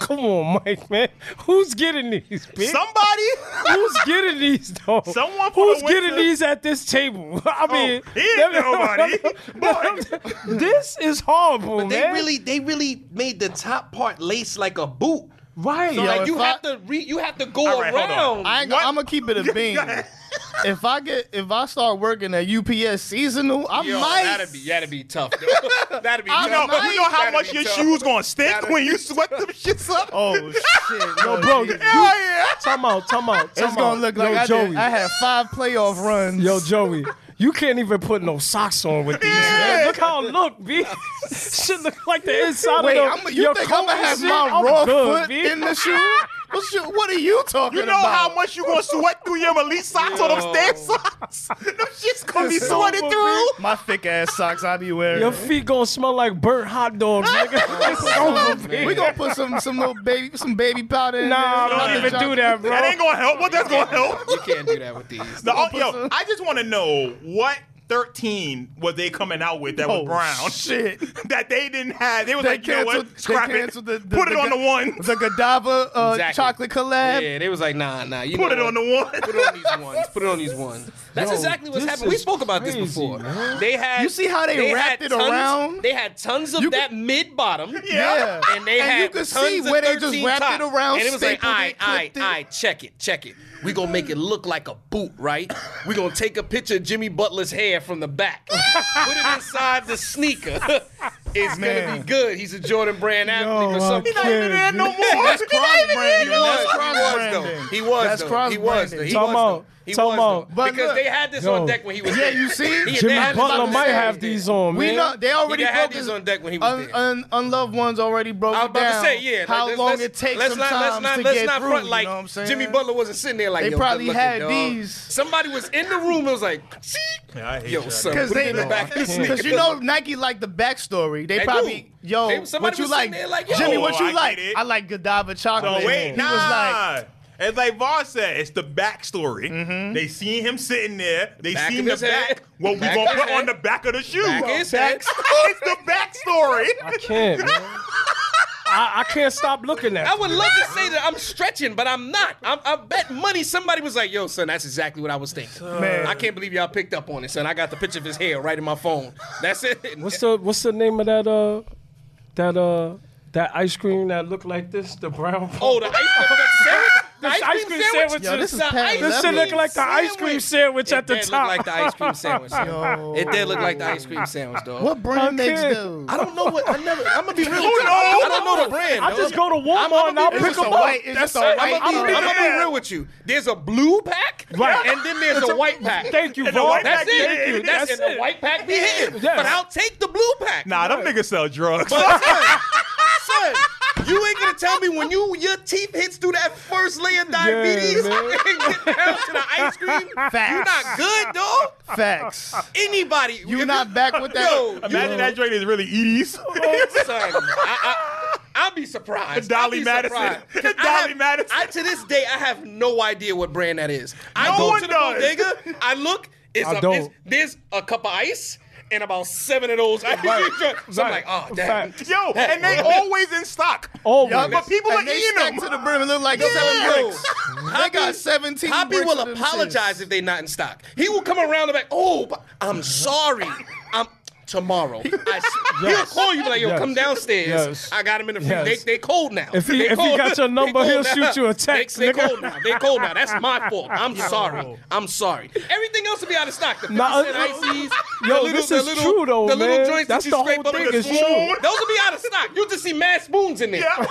A: Come on, Mike, man. Who's getting these, bitch?
C: somebody.
A: Who's getting these, though?
C: Someone for
A: Who's
C: the winter- Oh,
A: getting these at this table? I
B: Oh,
A: mean,
C: he ain't nobody.
A: Boy. this is horrible,
D: They
A: man.
D: really, they really made the top part lace like a boot.
A: right?
D: So like
B: if
D: you
B: I-
D: have to re, you have to go
C: All right, hold on.
D: around.
B: I ain't gonna, I'm gonna keep it a bean. if I get, if I start working at UPS seasonal, I
D: Yo,
B: might.
D: that'd be that'd be tough. though. that'd be
B: I
D: tough.
C: You know,
B: Nice.
C: you know how
D: That'd
C: much
D: be
C: your
D: tough.
C: shoes gonna stink
D: That'd
C: when
D: be
C: you sweat them shits up.
B: oh shit, yo,
A: bro,
B: Jesus.
A: you-
C: Hell yeah.
A: Time out, time out, time
B: it's gonna
A: out.
B: look
A: Yo,
B: like I,
A: Joey.
B: did, I had five playoff runs.
A: Yo, Joey, you can't even put no socks on with these. Man. Look how it look, B. Shit look like the inside
B: Wait,
A: of
B: I'm,
A: the,
B: you
A: your
B: think
A: coat
B: I'm gonna
A: and
B: have
A: shit?
B: my
A: I'm
B: raw
A: good,
B: foot
A: B.
B: in the shoe? What, shoe? what are you talking
C: You know
B: about?
C: how much you gonna sweat through your release socks or them stance socks? Them shits gonna be
A: It's
C: sweated
A: over,
C: through.
B: my thick ass socks I be wearing.
A: Your feet gonna smell like burnt hot dogs, nigga. It's over, B.
B: Oh, we gonna put some some little baby some baby powder in
A: Nah,
B: there.
A: don't
B: Another
A: even
B: job-
A: do that,
C: That
A: bro.
C: ain't gonna help. What that's gonna help?
D: You can't do that with these.
C: The- yo, I just want to know what 13 was they coming out with that
B: Oh,
C: was brown
B: Shit.
C: that they didn't have. They was
B: They
C: like, you know
B: canceled-
C: what? Scrap
B: they
C: it.
B: canceled the- the-
C: Put it
B: the
C: on
B: guy-
C: the one.
B: The Godiva uh,
D: Exactly.
B: chocolate collab.
D: yeah, they was like, nah, nah. You
C: Put
D: know
C: it on
D: what?
C: the
D: Put
C: one.
D: it on these ones. Put it on these ones. That's
A: Yo,
D: exactly what's
A: this
D: happened. We
A: is
D: spoke about this
A: crazy,
D: before.
A: man.
D: They had.
B: You see how they
D: had
B: wrapped it
D: tons-
B: around?
D: They had tons of
B: You
D: that mid bottom.
B: Yeah.
D: And they had
B: you could
D: tons
B: see
D: of
B: where they just
D: 13
B: wrapped
D: top.
B: it around.
D: And it was like,
B: stapled
D: I,
B: it,
D: I,
B: clipped it.
D: I, check it, check it. We gonna make it look like a boot, right? We gonna take a picture of Jimmy Butler's hair from the back, put it inside the sneaker. It's gonna
B: Man.
D: be good. He's a Jordan Brand athlete
A: Yo,
D: or
A: I
D: something.
A: can't.
C: Even there no more.
B: That's cross-branding.
D: He was,
B: That's
D: he was though.
B: cross-branding. That's
D: He was though. He was though.
B: cross-branding.
D: He
A: Time
D: was
A: out.
D: though. He
A: Time
D: was
A: out.
D: though.
B: But
D: Because
B: look-
D: they had this
A: Yo.
D: on deck when he was
B: Yeah,
D: there.
B: you see?
D: He-
A: Jimmy
D: they had this
A: Butler
D: on
A: might
D: deck.
A: have these on,
B: We
A: man.
B: know they already
D: He
B: broke
D: had
B: this-
D: these on deck when he was
B: un,
D: there.
B: un, unloved ones already broke
D: I was about
B: down.
D: to say, yeah.
B: How
D: let's-
B: long
D: let's-
B: it takes
D: let's not,
B: sometimes
D: let's not,
B: to
D: let's
B: get
D: not
B: through.
D: front
B: you
D: like
B: know what I'm saying?
D: Jimmy Butler wasn't sitting there like
B: They
D: yo,
B: probably
D: good looking,
B: had
D: dog.
B: these.
D: Somebody was in the room. It was like,
C: I hate
D: yo,
C: y'all.
D: son,
B: Because
D: put it
B: they,
D: in the back of the sneaker.
B: because you know Nike like the backstory. They,
D: They
B: probably
D: do.
B: yo,
D: They-
B: what
D: somebody
B: you
D: was
B: like,
D: sitting there like, yo.
B: Jimmy? What
C: Oh, I
B: you
C: get
B: like?
C: it.
B: I like Godiva
C: No,
B: chocolate.
C: wait,
B: he
C: nah.
B: was like, Mm-hmm.
C: it's like Vaughn said, it's the backstory. They seen him sitting there. They
D: Back
C: seen
D: of
C: the
D: his head.
C: back. What we
D: Back
C: gonna
D: of his
C: put on
D: head.
C: the back of the shoe?
D: Back of his head.
C: it's the backstory.
A: I can't, man. I, I can't stop looking at.
D: I
A: it.
D: would love to say that I'm stretching, but I'm not. I'm, I bet money somebody was like, "Yo, son, that's exactly what I was thinking."
B: Man.
D: I can't believe y'all picked up on it, son. I got the picture of his hair right in my phone. That's it.
A: What's the What's the name of that uh that uh that ice cream that looked like this? The brown.
D: Oh, the ice cream sandwich. The
A: This
D: ice cream sandwich.
B: Yo, this is
D: The
B: past
D: ice
A: this shit
B: level.
A: look like the ice cream sandwich
D: It
A: at the
D: did
A: top.
D: look like the ice cream sandwich.
B: Yo.
D: It did look like the ice cream sandwich, dog.
B: What brand
A: Okay.
B: makes those?
D: I don't know what I never. I'm gonna be real. with you. I don't know the brand.
A: I
D: dog.
A: just go to Walmart
D: I'ma
A: and I'll
D: be-
A: pick
D: it's
A: them
D: just
A: up.
D: a
B: white- it's
A: That's
B: just a
A: it.
B: white-
D: I'm gonna be,
A: I'ma
D: I'm gonna be real with you. There's a blue pack,
A: Right.
D: And then there's
A: It's
D: a,
A: a-
D: white pack.
A: Thank you,
C: And the
A: Vaughn.
C: white
D: That's
A: Thank
C: pack,
D: it.
C: yeah,
A: you.
D: That's,
A: That's
D: and
A: it.
D: the white pack be hidden.
A: Yes.
D: But I'll take the blue pack.
C: Nah, them niggas sell drugs.
D: Son, you ain't gonna tell me when you your teeth hits through that first layer of diabetes
A: man.
D: and get down to the ice cream. You're not good, dog.
B: Facts.
D: Anybody, if
B: You not back with that?
D: Yo,
C: Imagine that joint is really Edie's.
D: Oh, son. I, I, will be surprised.
C: Dolly
D: I'll be
C: Madison. Dolly
D: surprised. I have-
C: Madison.
D: I, to this day, I have no idea what brand that is. I
C: No
D: go
C: one
D: to the
C: does.
D: bodega. I look. It's
A: I
D: a,
A: don't.
D: It's, there's a cup of ice and about seven of those. ice cream drinks. So
A: Right.
D: I'm like, oh damn.
A: Fact.
C: Yo, and they always in stock.
A: Always.
B: Yup.
C: But people
B: and
C: are
B: they
C: eating
B: stack
C: them.
B: to the brim and look like seven
D: Yo.
B: bricks. They got 17
D: Poppy
B: bricks
D: will
B: of them
D: apologize
B: shits.
D: if they're not in stock. He will come around and be like, "Oh, but I'm sorry. I'm tomorrow." I s- He'll call you be like, "Yo,
A: Yes.
D: come downstairs.
A: Yes.
D: I got him in the
A: Yes.
D: freezer. They, they cold now.
A: If he-
D: They
A: if he
D: cold-
A: got your
D: they
A: number,
D: cold
A: he'll
D: now.
A: shoot you a
D: They-
A: text,
D: They,
A: nigga.
D: cold now. They cold now. That's my fault. I'm sorry. I'm sorry. Everything else will be out of stock. The 50
A: Nah,
D: cent
A: uh,
D: ices.
A: yo,
D: the little,
A: this
D: the
A: is
D: little,
A: true, though,
D: The little
A: man.
D: joints
A: That's
D: that you
A: the whole
D: scrape up
A: thing
D: with a
A: is
D: spoon.
A: true.
D: Those will be out of stock. You just see mad spoons in there.
C: Yeah.
D: But,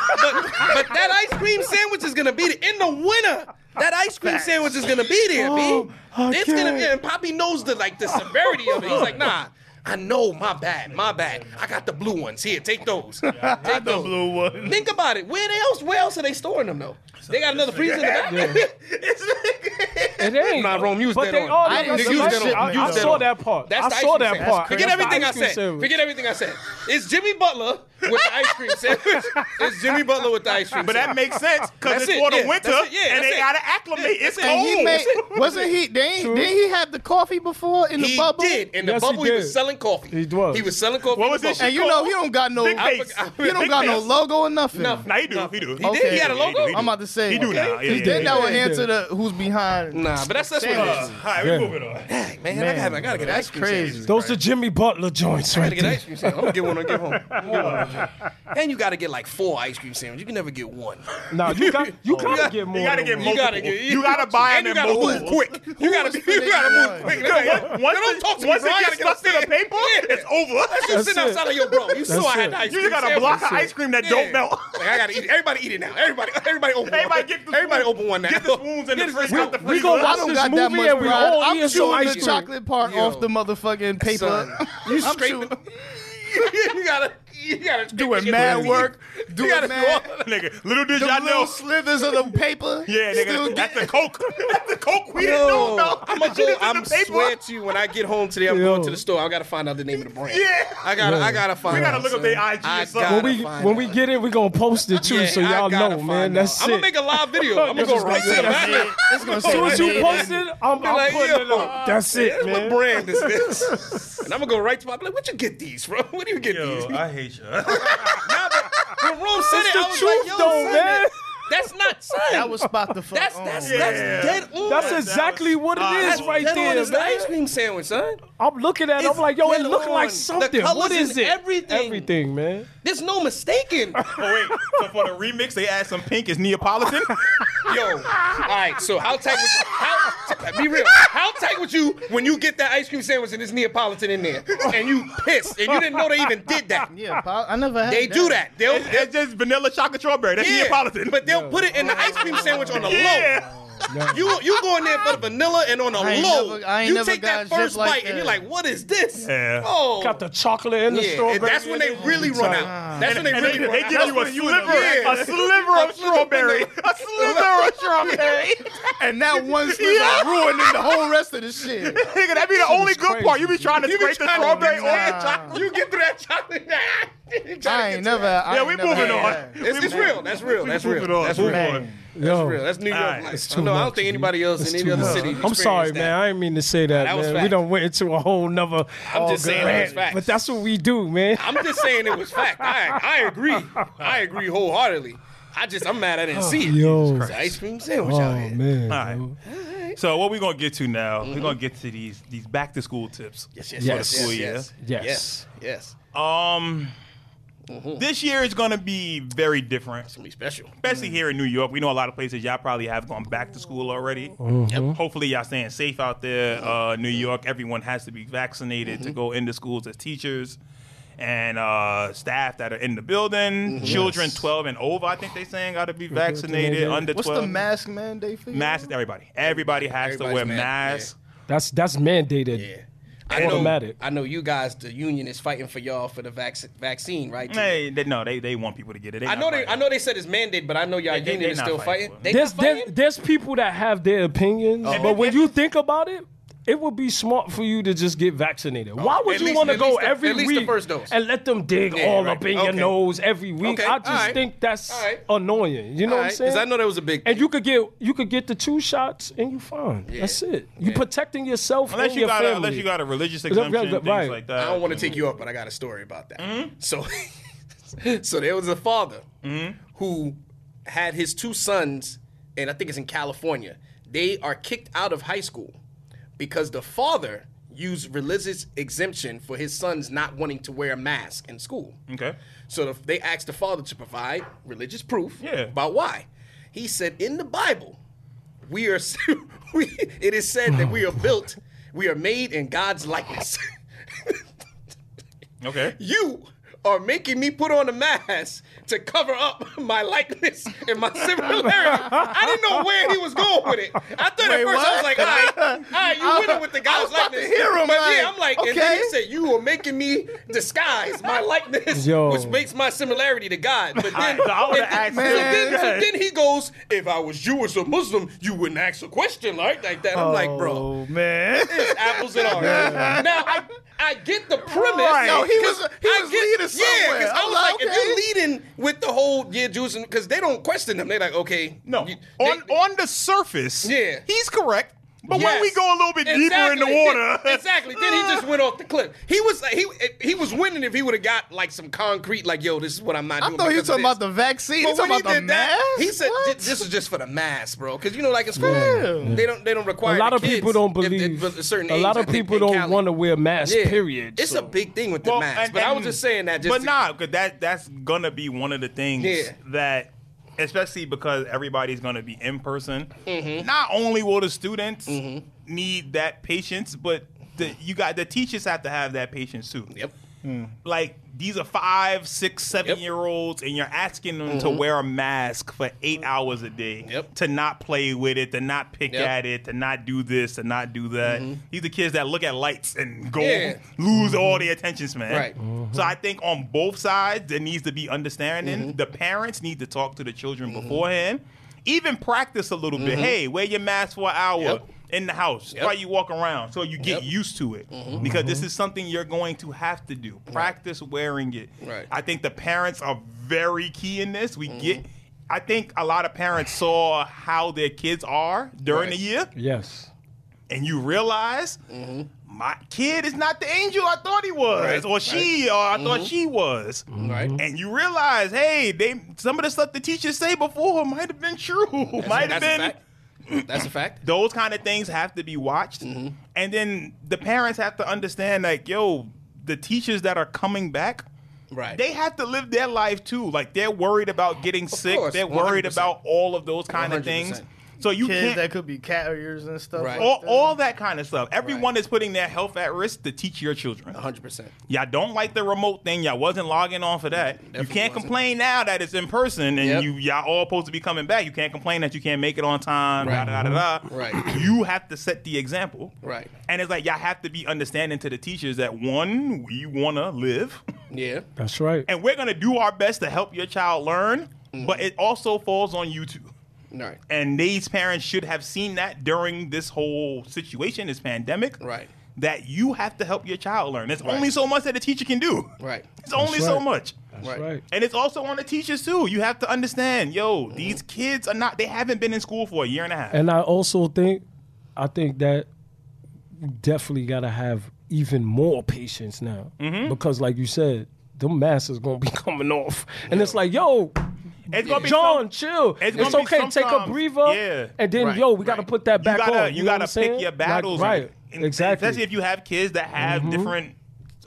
D: but that ice cream sandwich is gonna be there in the winter. That ice cream sandwich is gonna be there,
A: Oh,
D: B.
A: I
D: It's gonna be,
A: can't.
D: and Poppy knows the like the severity of it. He's like, nah. I know, my bad, my bad. I got the blue ones. Here, take those. Take those.
B: Blue one.
D: Think about it. Where they else? Where else are they storing them though? They got another freezer in the back.
A: It ain't.
D: Nah, Rome, use
A: but
D: that
A: they
D: on.
A: all-
D: I
B: didn't
A: that's
B: use
A: the
B: that
A: shit.
B: on.
A: I,
B: Use
A: I
B: that
A: saw
D: on.
A: that part.
D: That's the
A: I
D: ice
A: saw
D: cream
A: that
D: sandwich.
A: part.
D: Forget
A: That's the
D: everything I
A: ice cream
D: said.
A: sandwich.
D: Forget everything I said. It's Jimmy Butler with the ice cream sandwich. It's Jimmy Butler with the ice cream.
C: But that
D: sandwich.
C: makes sense because
D: That's
C: it's
D: it,
C: for the
D: yeah,
C: winter
D: that's it, yeah,
C: and
D: that's
C: they
D: it.
C: gotta acclimate.
D: Yeah,
C: It's
D: that's it.
C: cold.
D: And
B: He made, wasn't he? Didn't, didn't he have the coffee before in the
D: he
B: bubble?
D: did in the
A: Yes, he
D: bubble. He, was
A: did.
D: selling coffee.
A: He was.
D: He was selling coffee.
C: What
D: in the
C: was this
D: bubble.
B: And you know he don't got no.
C: Big
B: He
D: I
C: face.
D: forgot-
C: Big
B: don't got no
C: face.
B: logo or nothing.
D: Nothing.
C: Nah, he do. He do.
D: He did. He had a
C: Yeah,
D: logo.
C: do,
B: I'm about to say.
C: He do now. Yeah,
B: Because then that
C: yeah,
A: yeah.
B: would answer the who's behind.
D: Nah, but that's that's what it
B: Sandwiches.
D: is.
C: All right, we moving on.
D: Dang, man, I gotta, I gotta get an
B: That's
D: ice cream
B: crazy.
D: sandwich.
A: Those are Jimmy Butler joints
D: I
A: right
D: gotta get an
A: there.
D: ice cream sandwich. I'm gonna get one when I get home. I'm gonna get one when I get home. And you gotta get like four ice cream sandwiches. You can never get one.
A: Now you got you gotta
D: got-
A: get more.
C: You gotta
A: than
C: get
A: one.
C: multiple.
D: You gotta get.
C: You gotta buy
D: and
C: them
D: you
C: in
D: gotta move
C: multiple.
D: quick. You gotta be. You gotta move quick.
C: Once-
D: Now,
C: Once
D: don't talk to
C: it- once
D: me, bro. I
C: it
D: gotta
C: gets stuck
D: get
C: to the
D: upstairs.
C: paper,
D: Yeah.
C: it's over.
D: You sit
A: That's it.
D: outside of your bro. You saw I had the ice
A: it.
C: You just
D: cream.
C: got a
D: sandwich.
C: block of ice cream that don't
D: Yeah.
C: melt.
D: Like I gotta eat. Everybody eat it now. Everybody, everybody open.
C: Everybody
D: one.
C: get the
D: everybody
C: spoon.
D: open one now.
C: Get the spoons and the fridge out the
A: We
C: freezer.
A: gonna
B: I
A: watch
B: don't
A: this
B: got that
A: movie
B: much
A: and we
B: pride.
A: all
B: I'm
A: eating some
B: chewing
A: ice
B: the
A: cream.
B: chocolate part
D: Yo.
B: off the motherfucking
D: Son,
B: paper.
D: you
B: I'm
D: scraping.
B: chewing-
D: you gotta, you gotta
B: Doing
D: get
B: mad
D: ready.
B: work,
D: You
B: doing
D: gotta
B: mad-
D: all-
C: Nigga, little did
B: The
C: y'all
B: little
C: know.
B: slithers of the paper.
C: Yeah,
B: still
C: nigga, that's the coke. That's the coke we didn't know
D: Yo,
C: about.
D: I'm gonna
C: That shit
D: go.
C: is in
D: I'm
C: the paper.
D: swear to you, when I get home today, I'm
A: Yo.
D: going to the store. I gotta find out the name of the brand.
C: Yeah.
D: I gotta, I gotta find.
C: We gotta
D: out,
C: look up
D: son.
C: their IG or
D: I
C: something.
A: When
D: gotta
A: we
D: find
A: when we
D: out.
A: get it, we gonna post it too, so
D: Yeah, I
A: y'all
D: gotta
A: know, man.
D: find
A: That's
D: out.
A: it.
D: I'm gonna make a live video. I'm gonna
A: This
D: go
A: is
D: right
A: right
D: to the
A: there.
D: back.
B: It's gonna
A: As soon as you post it, I'm, I'm
D: like,
A: putting it
D: yo.
A: up. That's it,
D: What
A: man.
D: brand is this? and I'm gonna go right to my. I'm like, where'd you get these, bro? Where do you get these?
C: I hate you.
D: Nah, but when Rome said it,
A: the
D: I was
A: truth,
D: like, yo,
A: though,
D: son,
A: man.
D: That's not son.
B: That was spot the fuck
D: that's
B: on.
D: that's
C: Yeah.
D: that's dead on.
A: That's exactly what it
C: That's
A: is right
D: dead on
A: there,
D: is the ice
A: man.
D: cream sandwich, son.
A: I'm looking at it. I'm
D: It's
A: like, yo, it
D: dead
A: look
D: on.
A: like
D: The
A: something.
D: colors
A: What is
D: and
A: it?
D: everything.
A: Everything, man.
D: There's no mistaking.
C: Oh wait, so for the remix they add some pink is Neapolitan.
D: Yo, all right. So how tight would you? How, t- be real. How tight would you when you get that ice cream sandwich and it's Neapolitan in there, and you pissed, and you didn't know they even did that?
B: Yeah, pop, I never had.
D: They do that. They'll,
C: It's, it's just vanilla chocolate strawberry. That's
D: yeah,
C: Neapolitan.
D: but they'll put it in the ice cream sandwich on the low.
C: yeah.
D: You you go in there for the vanilla and on a
B: I ain't
D: low.
B: never- I ain't
D: you
B: never
D: take that
B: got a zip
D: first
B: like
D: bite
B: that.
D: and you're like, what is this?
C: Yeah.
D: Oh,
A: Got the chocolate and the
D: yeah.
A: strawberry.
D: and that's when they
A: in it.
D: really run out. That's when they
C: And
D: really
C: they,
D: run
C: they
D: out.
C: give you a sliver,
D: Yeah.
C: a sliver of strawberry, a sliver of strawberry.
B: And that one slither
C: Yeah.
B: ruining the whole rest of the shit.
C: Nigga, that be the only good
A: crazy.
C: part. You be trying to
D: You be
C: scrape the
D: trying to-
C: strawberry
D: Nah.
C: off the chocolate.
D: You get through that chocolate.
B: I
D: You tryna get
B: ain't
D: through
B: never.
D: that.
B: I
C: Yeah,
B: ain't
C: we
B: never
C: moving
B: had
C: on.
B: that.
D: It's, it's real. That's real.
C: We
D: That's
C: moving
D: real.
C: on.
D: That's
C: Moving
D: real.
C: on.
B: Man.
A: Yo.
D: real. That's New York
C: Alright.
D: life.
C: It's
A: too
D: no, I
A: much,
D: don't think
A: dude.
D: anybody else
A: It's
D: in any
A: too
D: other
A: much.
D: city.
A: I'm sorry,
D: experienced that.
A: man. I didn't mean to say that.
D: That was
A: man. We
D: facts.
A: done went into a whole nother. Oh,
D: I'm just saying that was facts.
A: But that's what we do, man.
D: I'm just saying it was fact. I, I agree. I agree wholeheartedly. I just I'm mad I didn't see it.
A: Yo.
D: It's an ice cream sandwich
A: Oh
D: out here.
A: man.
C: All right. Mm-hmm.
A: bro.
C: So what we gonna get to now? We're gonna get to these these back to school tips.
D: Yes, yes,
A: Yes.
D: yes,
A: School
D: yes,
C: year.
D: yes,
A: Yes.
D: yes, yes.
C: Um, this year is gonna be very different,
D: Something special.
C: especially here in New York. We know a lot of places y'all probably have gone back to school already. Hopefully y'all staying safe out there. Uh, New York, everyone has to be vaccinated to go into schools as teachers. And uh, staff that are in the building, children
A: Yes.
C: 12 and over, I think they saying got to be vaccinated.
A: Vaccinated.
C: Under
B: What's
C: 12.
B: the mask mandate for you?
C: Mask is everybody. Everybody has to
D: Everybody's
C: wear
D: mad,
C: masks.
A: That's that's mandated.
D: Yeah. I know,
A: Automatic.
D: I know you guys, the union is fighting for y'all for the vac- vaccine, right?
C: Hey, they, no, they, they want people to get it. They
D: I
C: not
D: know they I
C: fighting.
D: know they said it's mandate, but I know y'all
C: They- they-
D: union
C: they
D: is
C: not
D: still
C: fighting
D: fighting.
C: for it.
D: They
A: There's
D: not
A: there,
D: fighting?
A: there's people that have their opinions,
D: Uh-huh.
A: but when you think about it, it would be smart for you to just get vaccinated. Why would
D: Uh-huh. at
A: you
D: least-
A: want to
D: at
A: go
D: least the-
A: every
D: at least the
A: week
D: first dose.
A: and let them dig
D: Yeah,
A: all
D: right.
A: up in your
D: Okay.
A: nose every week?
D: Okay,
A: I just
D: alright.
A: think that's
D: Alright.
A: annoying. You know what I'm saying?
D: Because I know that was a big.
A: and you could get you could get the two shots and you fine. That's it. You
D: Yeah.
A: protecting yourself
C: Unless
A: and
C: you
A: your
C: got a,
A: family.
C: unless you got a religious
A: yeah,
C: exemption, things
A: right.
C: like
D: I
C: that.
D: don't want to take you up, but I got a story about that. So, so there was a father who had his two sons, and I think it's in California. They are kicked out of high school because the father used religious exemption for his sons not wanting to wear a mask in school.
C: Okay.
D: So the, they asked the father to provide religious proof
C: Yeah.
D: about why. He said, in the Bible, we are we, it is said that we are built, we are made in God's likeness.
C: Okay.
D: you are making me put on a mask to cover up my likeness and my similarity. I didn't know where he was going with it. I thought
B: Wait,
D: at first
B: what?
D: I was like, all right, all right you winning with the
B: I
D: guy's
B: was about to
D: likeness.
B: hear him,
D: but
B: like,
D: yeah, I'm like, and then he
B: okay.
D: said, you are making me disguise my likeness,
A: Yo.
D: which makes my similarity to God. But then,
C: so I would've
D: and-
C: asked
D: so
B: him.
D: then, so
C: Man.
D: then he goes, if I was Jewish or Muslim, you wouldn't ask a question like, like that. I'm like, bro,
B: Oh man.
D: it's apples and oranges. Now I, I get the premise.
B: Right. No, he was-
D: 'cause
B: he
D: I
B: was leading somewhere.
D: Yeah, because I
B: I'm
D: was
B: like,
D: like,
B: okay.
D: if you're leading with the whole yeah Jews because they don't question them. They're like, okay,
C: No.
D: you- they-
C: on on the surface,
D: Yeah.
C: he's correct. But when
D: Yes.
C: we go a little bit deeper in the
D: Exactly.
C: water,
D: exactly. Then he just went off the cliff. He was like, he he was winning if he would have got like some concrete, like yo, this is what I'm not
B: I
D: doing.
B: thought he was
D: because of
B: talking about
D: this.
B: the vaccine. He
D: But
B: talking
D: when he
B: about the
D: did that,
B: mask.
D: he said
B: What?
D: "Th- this is just for the mass, bro. Because you know, like in school,
B: Yeah.
D: they don't they don't require
A: a lot
D: the
A: of
D: kids
A: people don't
D: if they-
A: believe.
D: but a certain
A: a lot
D: age,
A: of
D: I think,
A: people
D: in
A: don't
D: Cali.
A: want to wear masks.
D: Yeah.
A: Period.
D: It's a
A: so-
D: big thing with the
C: Well,
D: mask.
C: and-
D: but I was
C: and-
D: just saying that. Just
C: but
D: to-
C: nah, because that that's gonna be one of the things
D: Yeah.
C: that, especially because everybody's gonna be in person.
D: Mm-hmm.
C: Not only will the students need that patience, but the, you got the teachers have to have that patience too.
D: Yep.
C: Like these are five, six, seven
D: Yep.
C: year olds, and you're asking them to wear a mask for eight hours a day.
D: Mm-hmm. Yep.
C: To not play with it, to not pick
D: Yep. Mm-hmm.
C: at it, to not do this, to not do that. These are kids that look at lights and go
D: Yeah. Mm-hmm.
C: lose all their attention span.
D: Right.
C: So I think on both sides there needs to be understanding.
D: Mm-hmm.
C: The parents need to talk to the children beforehand. Even practice a little bit. Hey, wear your mask for an hour
D: Mm-hmm. Yep.
C: in the house
D: Yep.
C: while you walk around, so you get
D: Yep. Mm-hmm.
C: used to it because this is something you're going to have to do. Practice wearing it.
D: Right. Mm-hmm.
C: I think the parents are very key in this. We get. I think a lot of parents saw how their kids are during
D: Right. Mm-hmm.
C: the year,
A: Yes.
C: and you realize my kid is not the angel I thought he was,
D: Right, Mm-hmm.
C: or she, or I thought she was.
D: Right.
C: And you realize, hey, they some of the stuff the teachers say before might have been true, might have
D: That's
C: been.
D: a fact. That's a fact.
C: Those kind of things have to be watched,
D: Mm-hmm.
C: and then the parents have to understand, like, yo, the teachers that are coming back.
D: Right.
C: They have to live their life too. Like they're worried about getting sick.
D: course,
C: they're worried
D: 100%.
C: about all of those kind of things.
D: 100%.
C: So you
B: kids
C: can't
B: that could be carriers and stuff.
D: Right.
B: Like
C: all, all that kind of stuff. Everyone is putting their health at risk to teach your children.
D: 100%.
C: Y'all don't like the remote thing. Y'all wasn't logging on for that. you
D: Definitely
C: can't
D: wasn't.
C: complain now that it's in person and
D: Yep.
C: you y'all all supposed to be coming back. You can't complain that you can't make it on time.
D: Right.
C: Da, da,
D: Mm-hmm.
C: da, da.
D: Right.
C: You have to set the example.
D: Right.
C: And it's like y'all have to be understanding to the teachers that one, we wanna live.
D: Yeah.
A: That's right.
C: And we're gonna do our best to help your child learn,
D: Mm-hmm.
C: but it also falls on you too
D: Right.
C: and these parents should have seen that during this whole situation, this pandemic.
D: Right.
C: That you have to help your child learn. There's
D: Right.
C: only so much that a teacher can do.
D: Right.
C: It's only so
A: right.
C: much.
A: That's right.
C: And it's also on the teachers too. You have to understand, yo, these kids are not. They haven't been in school for a year and a half.
A: And I also think, I think that we definitely gotta have even more patience now
D: Mm-hmm.
A: because, like you said, the mask is gonna be coming off, and it's like, yo,
C: It's gonna be
A: John,
C: some-
A: chill.
C: it's
A: It's,
C: gonna be
A: okay. Take a
C: sometimes-
A: breather.
C: yeah.
A: And then,
D: Right,
A: yo, we gotta
D: right.
A: put that back
C: you gotta,
A: on.
C: You,
A: know what
C: gotta
A: I'm
C: pick
A: saying?
C: your
A: Like,
C: battles,
A: right.
C: And
A: exactly. Mm-hmm.
C: Especially if you have kids that have different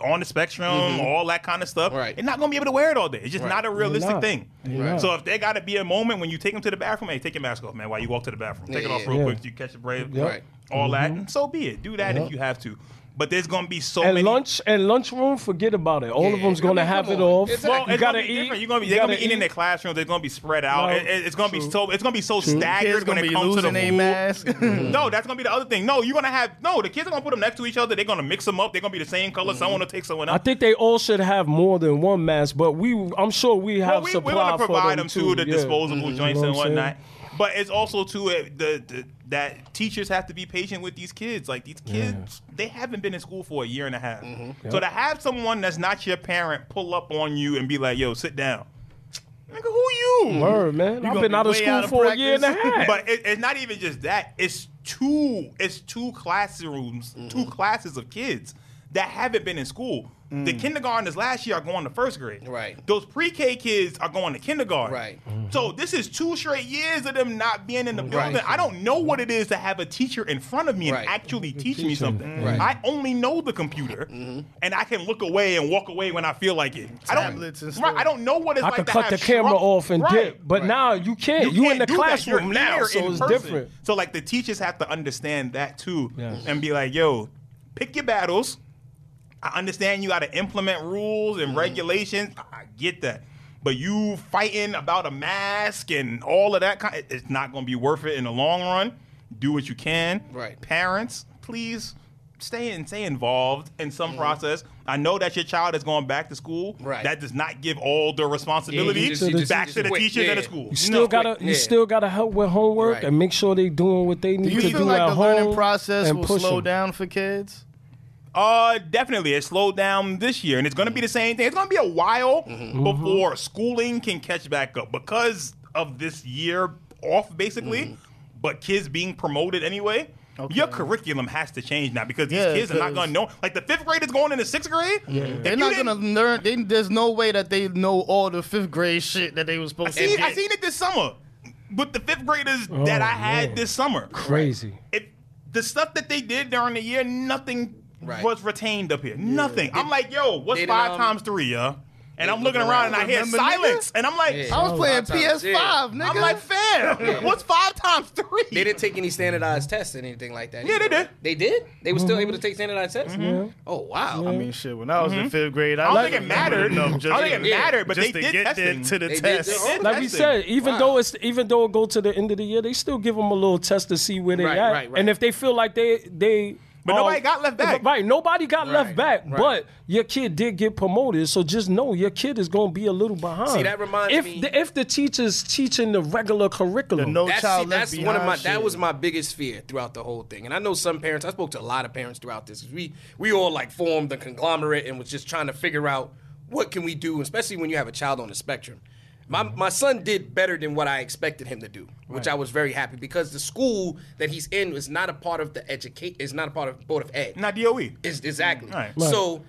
C: on the spectrum, all that kind of stuff.
D: Right.
C: They're not gonna be able to wear it all day. It's just
D: Right.
C: not a
A: They're
C: realistic
A: not.
C: thing.
A: They're Right. not.
C: So if there gotta be a moment when you take them to the bathroom, hey, take your mask off, man. While you walk to the bathroom, take it
D: Yeah,
C: off
D: yeah,
C: real
A: yeah.
C: quick. so You catch a breath.
A: Yep. Mm-hmm.
D: Right.
C: All that. So be it. Do that if you have to. But there's gonna be so
A: and
C: many.
A: lunch and lunchroom, forget about it. All of
D: Yeah,
A: them's
D: I
A: gonna
D: mean,
A: have
D: come
A: it
D: on.
A: off.
D: It's
C: Well,
D: like-
A: you
C: it's
A: gotta
C: gonna be
A: eat.
C: different. You're gonna be,
A: you
C: they're gonna
A: gotta
C: be eating in
A: eat.
C: their classrooms. They're gonna be spread out.
A: No,
C: It- it- it's gonna be
A: true.
C: so. It's gonna be so
B: Kids
C: staggered when
B: gonna
C: it
B: be
C: comes to the
B: losing their
C: food.
B: mask.
C: No, that's gonna be the other thing. No, you're gonna have no. The kids are gonna put them next to each other. They're gonna mix them up. They're gonna be the same color. Someone will take someone
A: I
C: else.
A: think they all should have more than one mask, but we, I'm sure we
C: Well,
A: have
C: we,
A: supply
C: we're gonna
A: for
C: provide
A: them
C: them too,
A: yeah.
C: the
A: Mm-hmm.
C: disposable joints
A: You know
C: and
A: what I'm
C: whatnot. But it's also too uh, the, the that teachers have to be patient with these kids. Like these kids, they haven't been in school for a year and a half.
A: Mm-hmm.
C: So to have someone that's not your parent pull up on you and be like, "Yo, sit down," nigga, who you?
A: Word, man. I've
B: gonna
A: been
B: be
A: out of
B: way
A: school
B: out of
A: for a year and a
B: practice.
A: half.
C: But it, it's not even just that. It's two. It's two classrooms,
D: Mm-hmm.
C: two classes of kids that haven't been in school. The kindergartners last year are going to first grade.
D: Mm. Right.
C: Those pre-K kids are going to kindergarten. Mm-hmm.
D: Right. Mm-hmm.
C: So this is two straight years of them not being in the
D: Right.
C: building. I don't know what it is to have a teacher in front of me
D: Right.
C: and actually teach me something.
D: Right. Mm-hmm.
C: I only know the computer, and I can look away and walk away when I feel like it.
B: Tablets
C: I
B: and
C: don't.
B: stuff.
C: Right, I don't know what it's
A: I
C: like
A: could
C: to
A: cut
C: have
A: the camera
C: shrunk-
A: off and
C: Right.
A: dip, but now you can't. You, in
C: can't
A: the
C: do that. You're
A: classroom now,
C: there
A: so
C: in
A: it's
C: person.
A: different.
C: So like the teachers have to understand that too,
A: Yes.
C: and be like, "Yo, pick your battles. I understand you got to implement rules and regulations. I I get that." But you fighting about a mask and all of that kind, it- it's not going to be worth it in the long run. Do what you can.
D: Right.
C: Parents, please stay and stay involved in some process. I know that your child is going back to school.
D: Right.
C: That does not give all the responsibility
D: you just- you just-
C: back
D: you
C: to the
D: just
C: teachers
D: quit.
C: and the
D: Yeah.
C: school.
A: You still
C: No.
A: gotta you
D: yeah.
A: still gotta help with homework
D: Right.
A: and make sure they doing what they need
B: Do you
A: to
B: feel
A: do
B: like
A: at
B: the
A: home
B: learning process
A: and
B: will
A: push
B: slow
A: them.
B: down for kids?
C: Uh, definitely. It slowed down this year, and it's going to be the same thing. It's going to be a while
B: Mm-hmm.
C: Mm-hmm. before schooling can catch back up because of this year off, basically.
B: Mm-hmm.
C: But kids being promoted anyway. Your curriculum has to change now because these
B: Yeah,
C: kids are not
B: 'cause-
C: going to know. Like the fifth grade is going into sixth grade. If
B: They're
C: you
B: not
C: didn't-
B: gonna learn. They, there's no way that they know all the fifth grade shit that they was
C: I
B: supposed to.
C: seen, I
B: get.
C: seen it this summer with the fifth graders that I had
A: man.
C: this summer.
A: Crazy.
C: If the stuff that they did during the year, nothing
D: Right.
C: was retained up here. Nothing. I'm like, yo, what's
D: They done,
C: five
D: um,
C: times three, yo? And I'm
D: they
C: looking
D: looking
C: around and I
D: around.
C: hear
B: Remember,
C: silence, and I'm like,
D: Yeah.
B: I was playing
D: Five times,
B: PS5, nigga.
C: I'm like, fam, what's five times three?
D: They didn't take any standardized tests and anything like that.
C: Yeah, they did. Mm-hmm.
D: They did. They were still able to take standardized tests. Oh wow.
B: I mean, shit. When I was in fifth grade, I,
C: I don't
B: learned
C: think it
B: enough
C: mattered. I don't
B: just to-
C: think it
D: Yeah.
C: mattered, but
B: just to
C: they did
B: get there
C: testing.
B: to the
D: They did
B: test.
D: their own-
A: Like we
C: Testing.
A: said, even
D: Wow.
A: though it's even though it go to the end of the year, they still give them a little test to see where they
D: Right,
A: at.
D: right, right.
A: And if they feel like they they
C: But nobody got left back.
A: Right, nobody got left
D: Right,
A: back.
D: right.
A: But your kid did get promoted, so just know your kid is gonna be a little behind.
D: See, that reminds
A: if
D: me-
A: The, if the teacher's teaching the regular curriculum,
B: The no
D: That's,
B: child
D: see,
B: left
D: that's one of
B: behind
D: my
B: shit.
D: that was my biggest fear throughout the whole thing. And I know some parents, I spoke to a lot of parents throughout this. We we all like formed a conglomerate and was just trying to figure out what can we do, especially when you have a child on the spectrum. My
B: Mm-hmm.
D: my son did better than what I expected him to do, which I was very happy because the school that he's in is not a part of the educate is not a part of board of ed.
C: Not E. DOE.
D: Is exactly.
C: Right.
A: Right.
D: So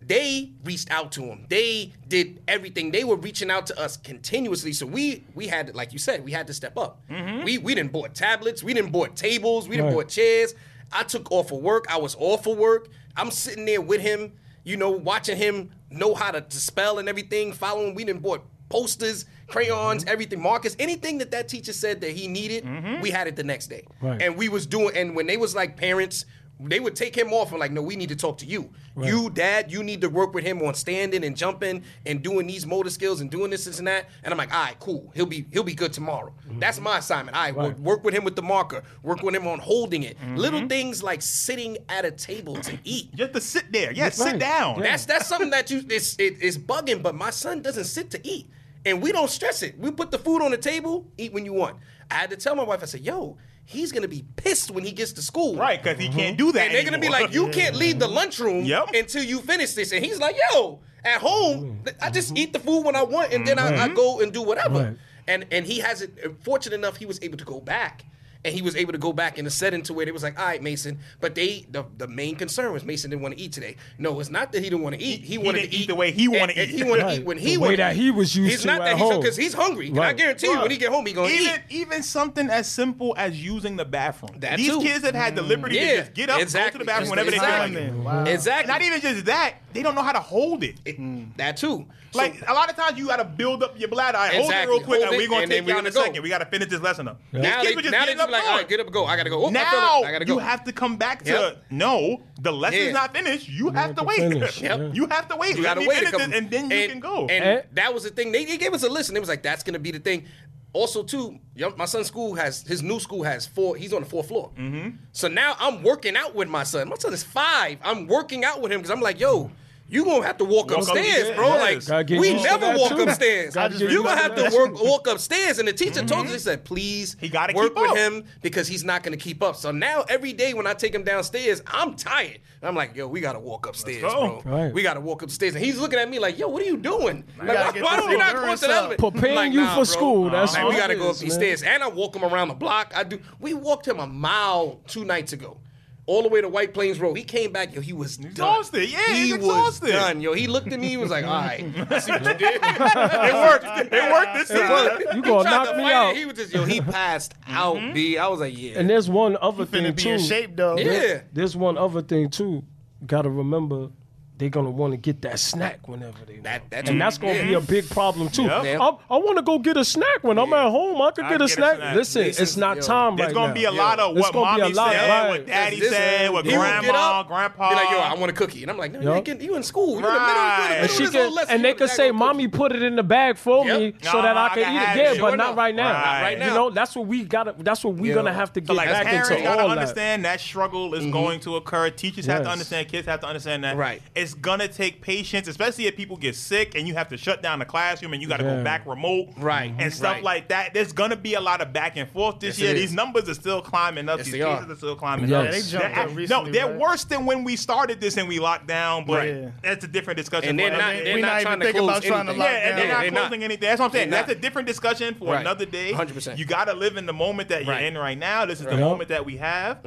D: they reached out to him. They did everything. They were reaching out to us continuously. So we we had like you said, we had to step up. We we didn't board tablets. We didn't board tables. We didn't
A: Right.
D: board chairs. I took off of work. I was off of work. I'm sitting there with him, you know, watching him know how to, to spell and everything. Following, we didn't board posters, crayons, everything, markers, anything that that teacher said that he needed. We had it the next day,
A: Right.
D: and we was doing. And when they was like parents, they would take him off and like, no, we need to talk to you. You, dad, you need to work with him on standing and jumping and doing these motor skills and doing this, this and that. And I'm like, all right, cool. He'll be he'll be good tomorrow. That's my assignment. I
A: Right.
D: work with him with the marker. Work with him on holding it. Little things like sitting at a table to eat.
C: Just to sit there. Yeah, sit
A: Right.
C: down.
A: Yeah.
D: That's that's something that you it's it, it's bugging. But my son doesn't sit to eat, and we don't stress it. We put the food on the table, eat when you want. I had to tell my wife, I said, "Yo, he's gonna be pissed when he gets to school,
C: right,
B: Uh-huh.
C: because he can't do that.
D: And they're gonna be
C: anymore.
D: like, "You can't leave the lunchroom
C: Yep.
D: until you finish this." And he's like, "Yo, At home, th- I just eat the food when I want, and then I, I
C: Mm-hmm.
D: go and do whatever.
A: Right.
D: And and he hasn't. uh, Fortunate enough, he was able to go back, and he was able to go back in a setting to where it was like, all right, Mason. But they the, the main concern was Mason didn't want to eat today. No, it's not that he didn't want to eat. He, wanted
C: didn't
D: to
C: eat
D: eat
C: the way he wanna
D: and- and
C: eat.
D: He wanted to
A: Right.
D: eat when
A: The
D: he
A: way
D: wanted
A: that he was used
D: He's
A: to
D: not
A: at
D: that he's
A: home.
D: because he's hungry. And I
A: Right.
D: guarantee you, when he get home, he gonna
C: even
D: eat.
C: even something as simple as using the bathroom.
D: That
C: These
D: too.
C: kids that had the liberty
D: Yeah,
C: to just get up, go to
D: exactly.
C: the bathroom
D: Just
C: whenever they feel like.
D: exactly.
C: it.
B: Timing, Wow.
D: Exactly.
C: And Not even just that, they don't know how to hold it.
D: It- That too.
C: Like a
D: so,
C: lot of times, you got to build up your bladder. All right,
D: Exactly.
C: Hold it real quick, and
D: Hold it,
C: we're gonna
D: and then
C: take
D: we
C: you in a
D: gotta go.
C: second. We got to finish this lesson up. These
D: now
C: kids
D: they,
C: were just
D: now they
C: getting
D: just
C: up
D: be like,
C: going.
D: all right, get up and go. I gotta go. Oh, I, feel
C: now
D: it. I gotta go.
C: you have to come back to
D: Yep.
C: no. The lesson's
D: Yeah.
C: not finished. You have
A: to
C: to wait.
A: finish,
D: Yep. yeah.
C: You have to wait.
D: You
C: Let
D: gotta
C: me
D: wait a
C: finish
D: couple,
C: this, and then you
D: and-
C: can go.
D: And
A: Eh?
D: that was the thing. They, they gave us a list, and it was like, "That's gonna be the thing." Also, too, yo- my son's school has his new school has four. He's on the fourth floor,
C: Mm-hmm.
D: so now I'm working out with my son. My son is five. I'm working out with him because I'm like, "Yo, you gonna have to walk,
C: Walk up
D: upstairs,
C: the-
D: bro.
C: yes.
A: Gotta
D: Like,
A: get
D: we
A: used to
D: never
A: that,
D: walk
A: too.
D: upstairs.
A: Gotta
B: get
D: you
B: used
D: gonna
B: to
D: have
B: that.
D: to work walk upstairs." And the teacher told us, "He said, please,
C: Mm-hmm. He gotta
D: work
C: keep
D: with
C: up.
D: him because he's not gonna keep up." So now every day when I take him downstairs, I'm tired. And I'm like, "Yo, we gotta walk upstairs,
C: go.
D: bro.
A: Right.
D: We gotta walk upstairs." And he's looking at me like, "Yo, what are you doing?
B: gotta
D: Like, why
B: get
D: why
B: the
D: don't you not
B: endurance
D: go to the
B: up.
D: elevator?"
A: Preparing
D: Like,
A: you
D: nah,
A: for
D: bro.
A: school, that's
D: like,
A: all
D: we gotta
A: it
D: go up
A: is,
D: these
A: man.
D: stairs, and I walk him around the block. I do. We walked him a mile two nights ago. All the way to White Plains Road. He came back, yo. He was done.
C: Exhausted. Yeah,
D: he
C: he's
D: was
C: exhausted.
D: done, yo. He looked at me. He was like, "All right, I see what you did."
C: it worked. It worked this time. Mm-hmm.
A: You gonna
D: He tried
A: knock
D: to
A: me
D: fight it.
A: out.
D: He was just, yo. He passed out, B. I was like, yeah.
A: And there's one other thing
B: Finna be
A: too.
B: in shape though.
D: Yeah.
A: There's one other thing too. Got to remember, they're gonna want to get that snack whenever they.
D: That-
A: want.
D: that's-
A: and that's gonna be
D: yeah.
A: a big problem too.
C: Yeah.
D: Yeah.
A: I, I want to go get a snack when I'm at home. I could
C: I
A: get, a, snack. Listen,
D: Listen,
A: it's not
D: yo,
A: time
C: There's
A: right
C: gonna
A: now.
C: be a lot of
A: It's
C: what
A: gonna be a
C: mommy
A: lot,
C: said,
A: right.
C: what daddy
D: This-
C: said, what
D: he would get
C: grandma,
D: up,
C: grandpa.
D: Be like, yo, I want a cookie, and I'm like, no, you,
A: Yup.
D: ain't getting, you in school, you in the middle,
C: Right.
D: you in the middle
A: and
D: of
A: she
D: this
A: can,
D: whole lesson,
A: and
D: you
A: they
D: in the
A: could say,
D: daggone cookie.
A: "Mommy put it in the bag for
D: Yep.
A: me, so
C: Nah,
A: that I
C: I
A: can
C: gotta
A: eat
C: have
A: it."
C: it.
A: Yeah,
C: Sure
A: but
D: enough.
A: not right now.
C: Not right
A: You
D: now.
A: know, that's what we got. That's what we're
D: Yeah.
A: gonna have to get
C: So like
A: back
C: parents
A: into
C: gotta
A: all that.
C: understand that struggle is going to occur. Teachers have to
A: Yes.
C: understand. Kids have to understand that.
D: Mm-hmm. Right.
C: It's gonna take patience, especially if people get sick and you have to shut down the classroom and you got to
A: Yeah.
C: go back remote.
D: Right.
C: And stuff
D: Right.
C: like that. There's gonna be a lot of back and forth this
D: Yes,
C: year.
D: it
C: These
D: is.
C: numbers are still climbing up.
D: Yes,
C: These
D: they
C: cases
D: are.
C: are still climbing
A: Yes.
C: up.
A: Yeah, they
B: jumped
C: They're-
B: up recently,
C: no, they're
B: right?
C: worse than when we started this and we locked down. But
B: Yeah.
C: that's a different discussion.
D: And they're
C: for
D: not,
C: another
B: mean,
D: they're
C: day.
B: we
D: not
B: not
D: trying
B: even
D: to
B: thinking
D: close
B: about trying to
D: anything.
B: lock
C: Yeah, and they're
B: down.
C: not closing anything. That's what I'm saying.
D: They're
C: That's a
D: not.
C: different discussion for
D: Right.
C: another day.
D: 100%.
C: You got to live in the moment that you're
D: Right.
C: in right now. This is
D: Right. Mm-hmm.
C: the moment that we have.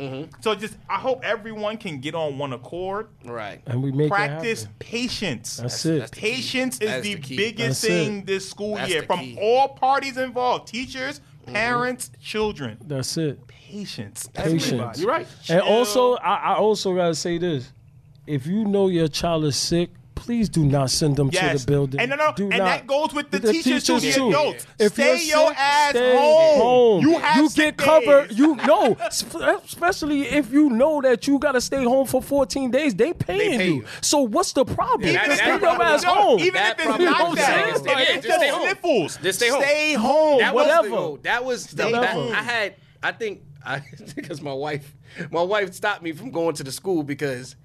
C: So just, I hope everyone can get on one accord.
D: Right.
A: And we make it
C: Practice
A: happen.
C: patience.
A: That's, it.
D: that's the key.
C: Patience
D: That
C: is
D: is
C: the,
D: the key.
C: biggest
A: That's it.
C: thing this school
D: That's
C: year
D: the
C: from
D: key. Mm-hmm.
C: all parties involved teachers, parents, children.
A: that's it.
C: Patience.
A: Patience.
C: Everybody.
D: You're right.
A: And also, I, I also gotta say this: if you know your child is sick, please do not send them
C: Yes.
A: to the building.
C: And no, no,
A: do
C: and
A: not.
C: that goes with the teachers too, the adults.
A: If
C: Stay
A: you're
C: your
A: sick,
C: ass
A: stay
C: home. You
A: You,
C: have
A: get
C: sick
A: covered.
C: days.
A: You know, sp- especially if you know that you gotta stay home for 14 days. They paying
D: pay
A: you.
D: you.
A: So what's the problem?
D: Yeah,
A: Just
D: that-
A: stay
D: that
A: your
D: problem-
A: ass
C: no,
A: home.
C: Even
D: That
C: if it's
D: problem
A: is
C: not
A: gone.
C: that,
A: Just stay-
C: Like,
A: yeah,
C: it's
A: just stay
C: the
D: home.
C: sniffles.
D: Just stay home.
C: Stay home.
D: That
C: What
D: was
A: whatever.
D: the goal. That was the
C: Stay
D: back.
C: home.
D: I had. I think I because my wife, my wife stopped me from going to the school because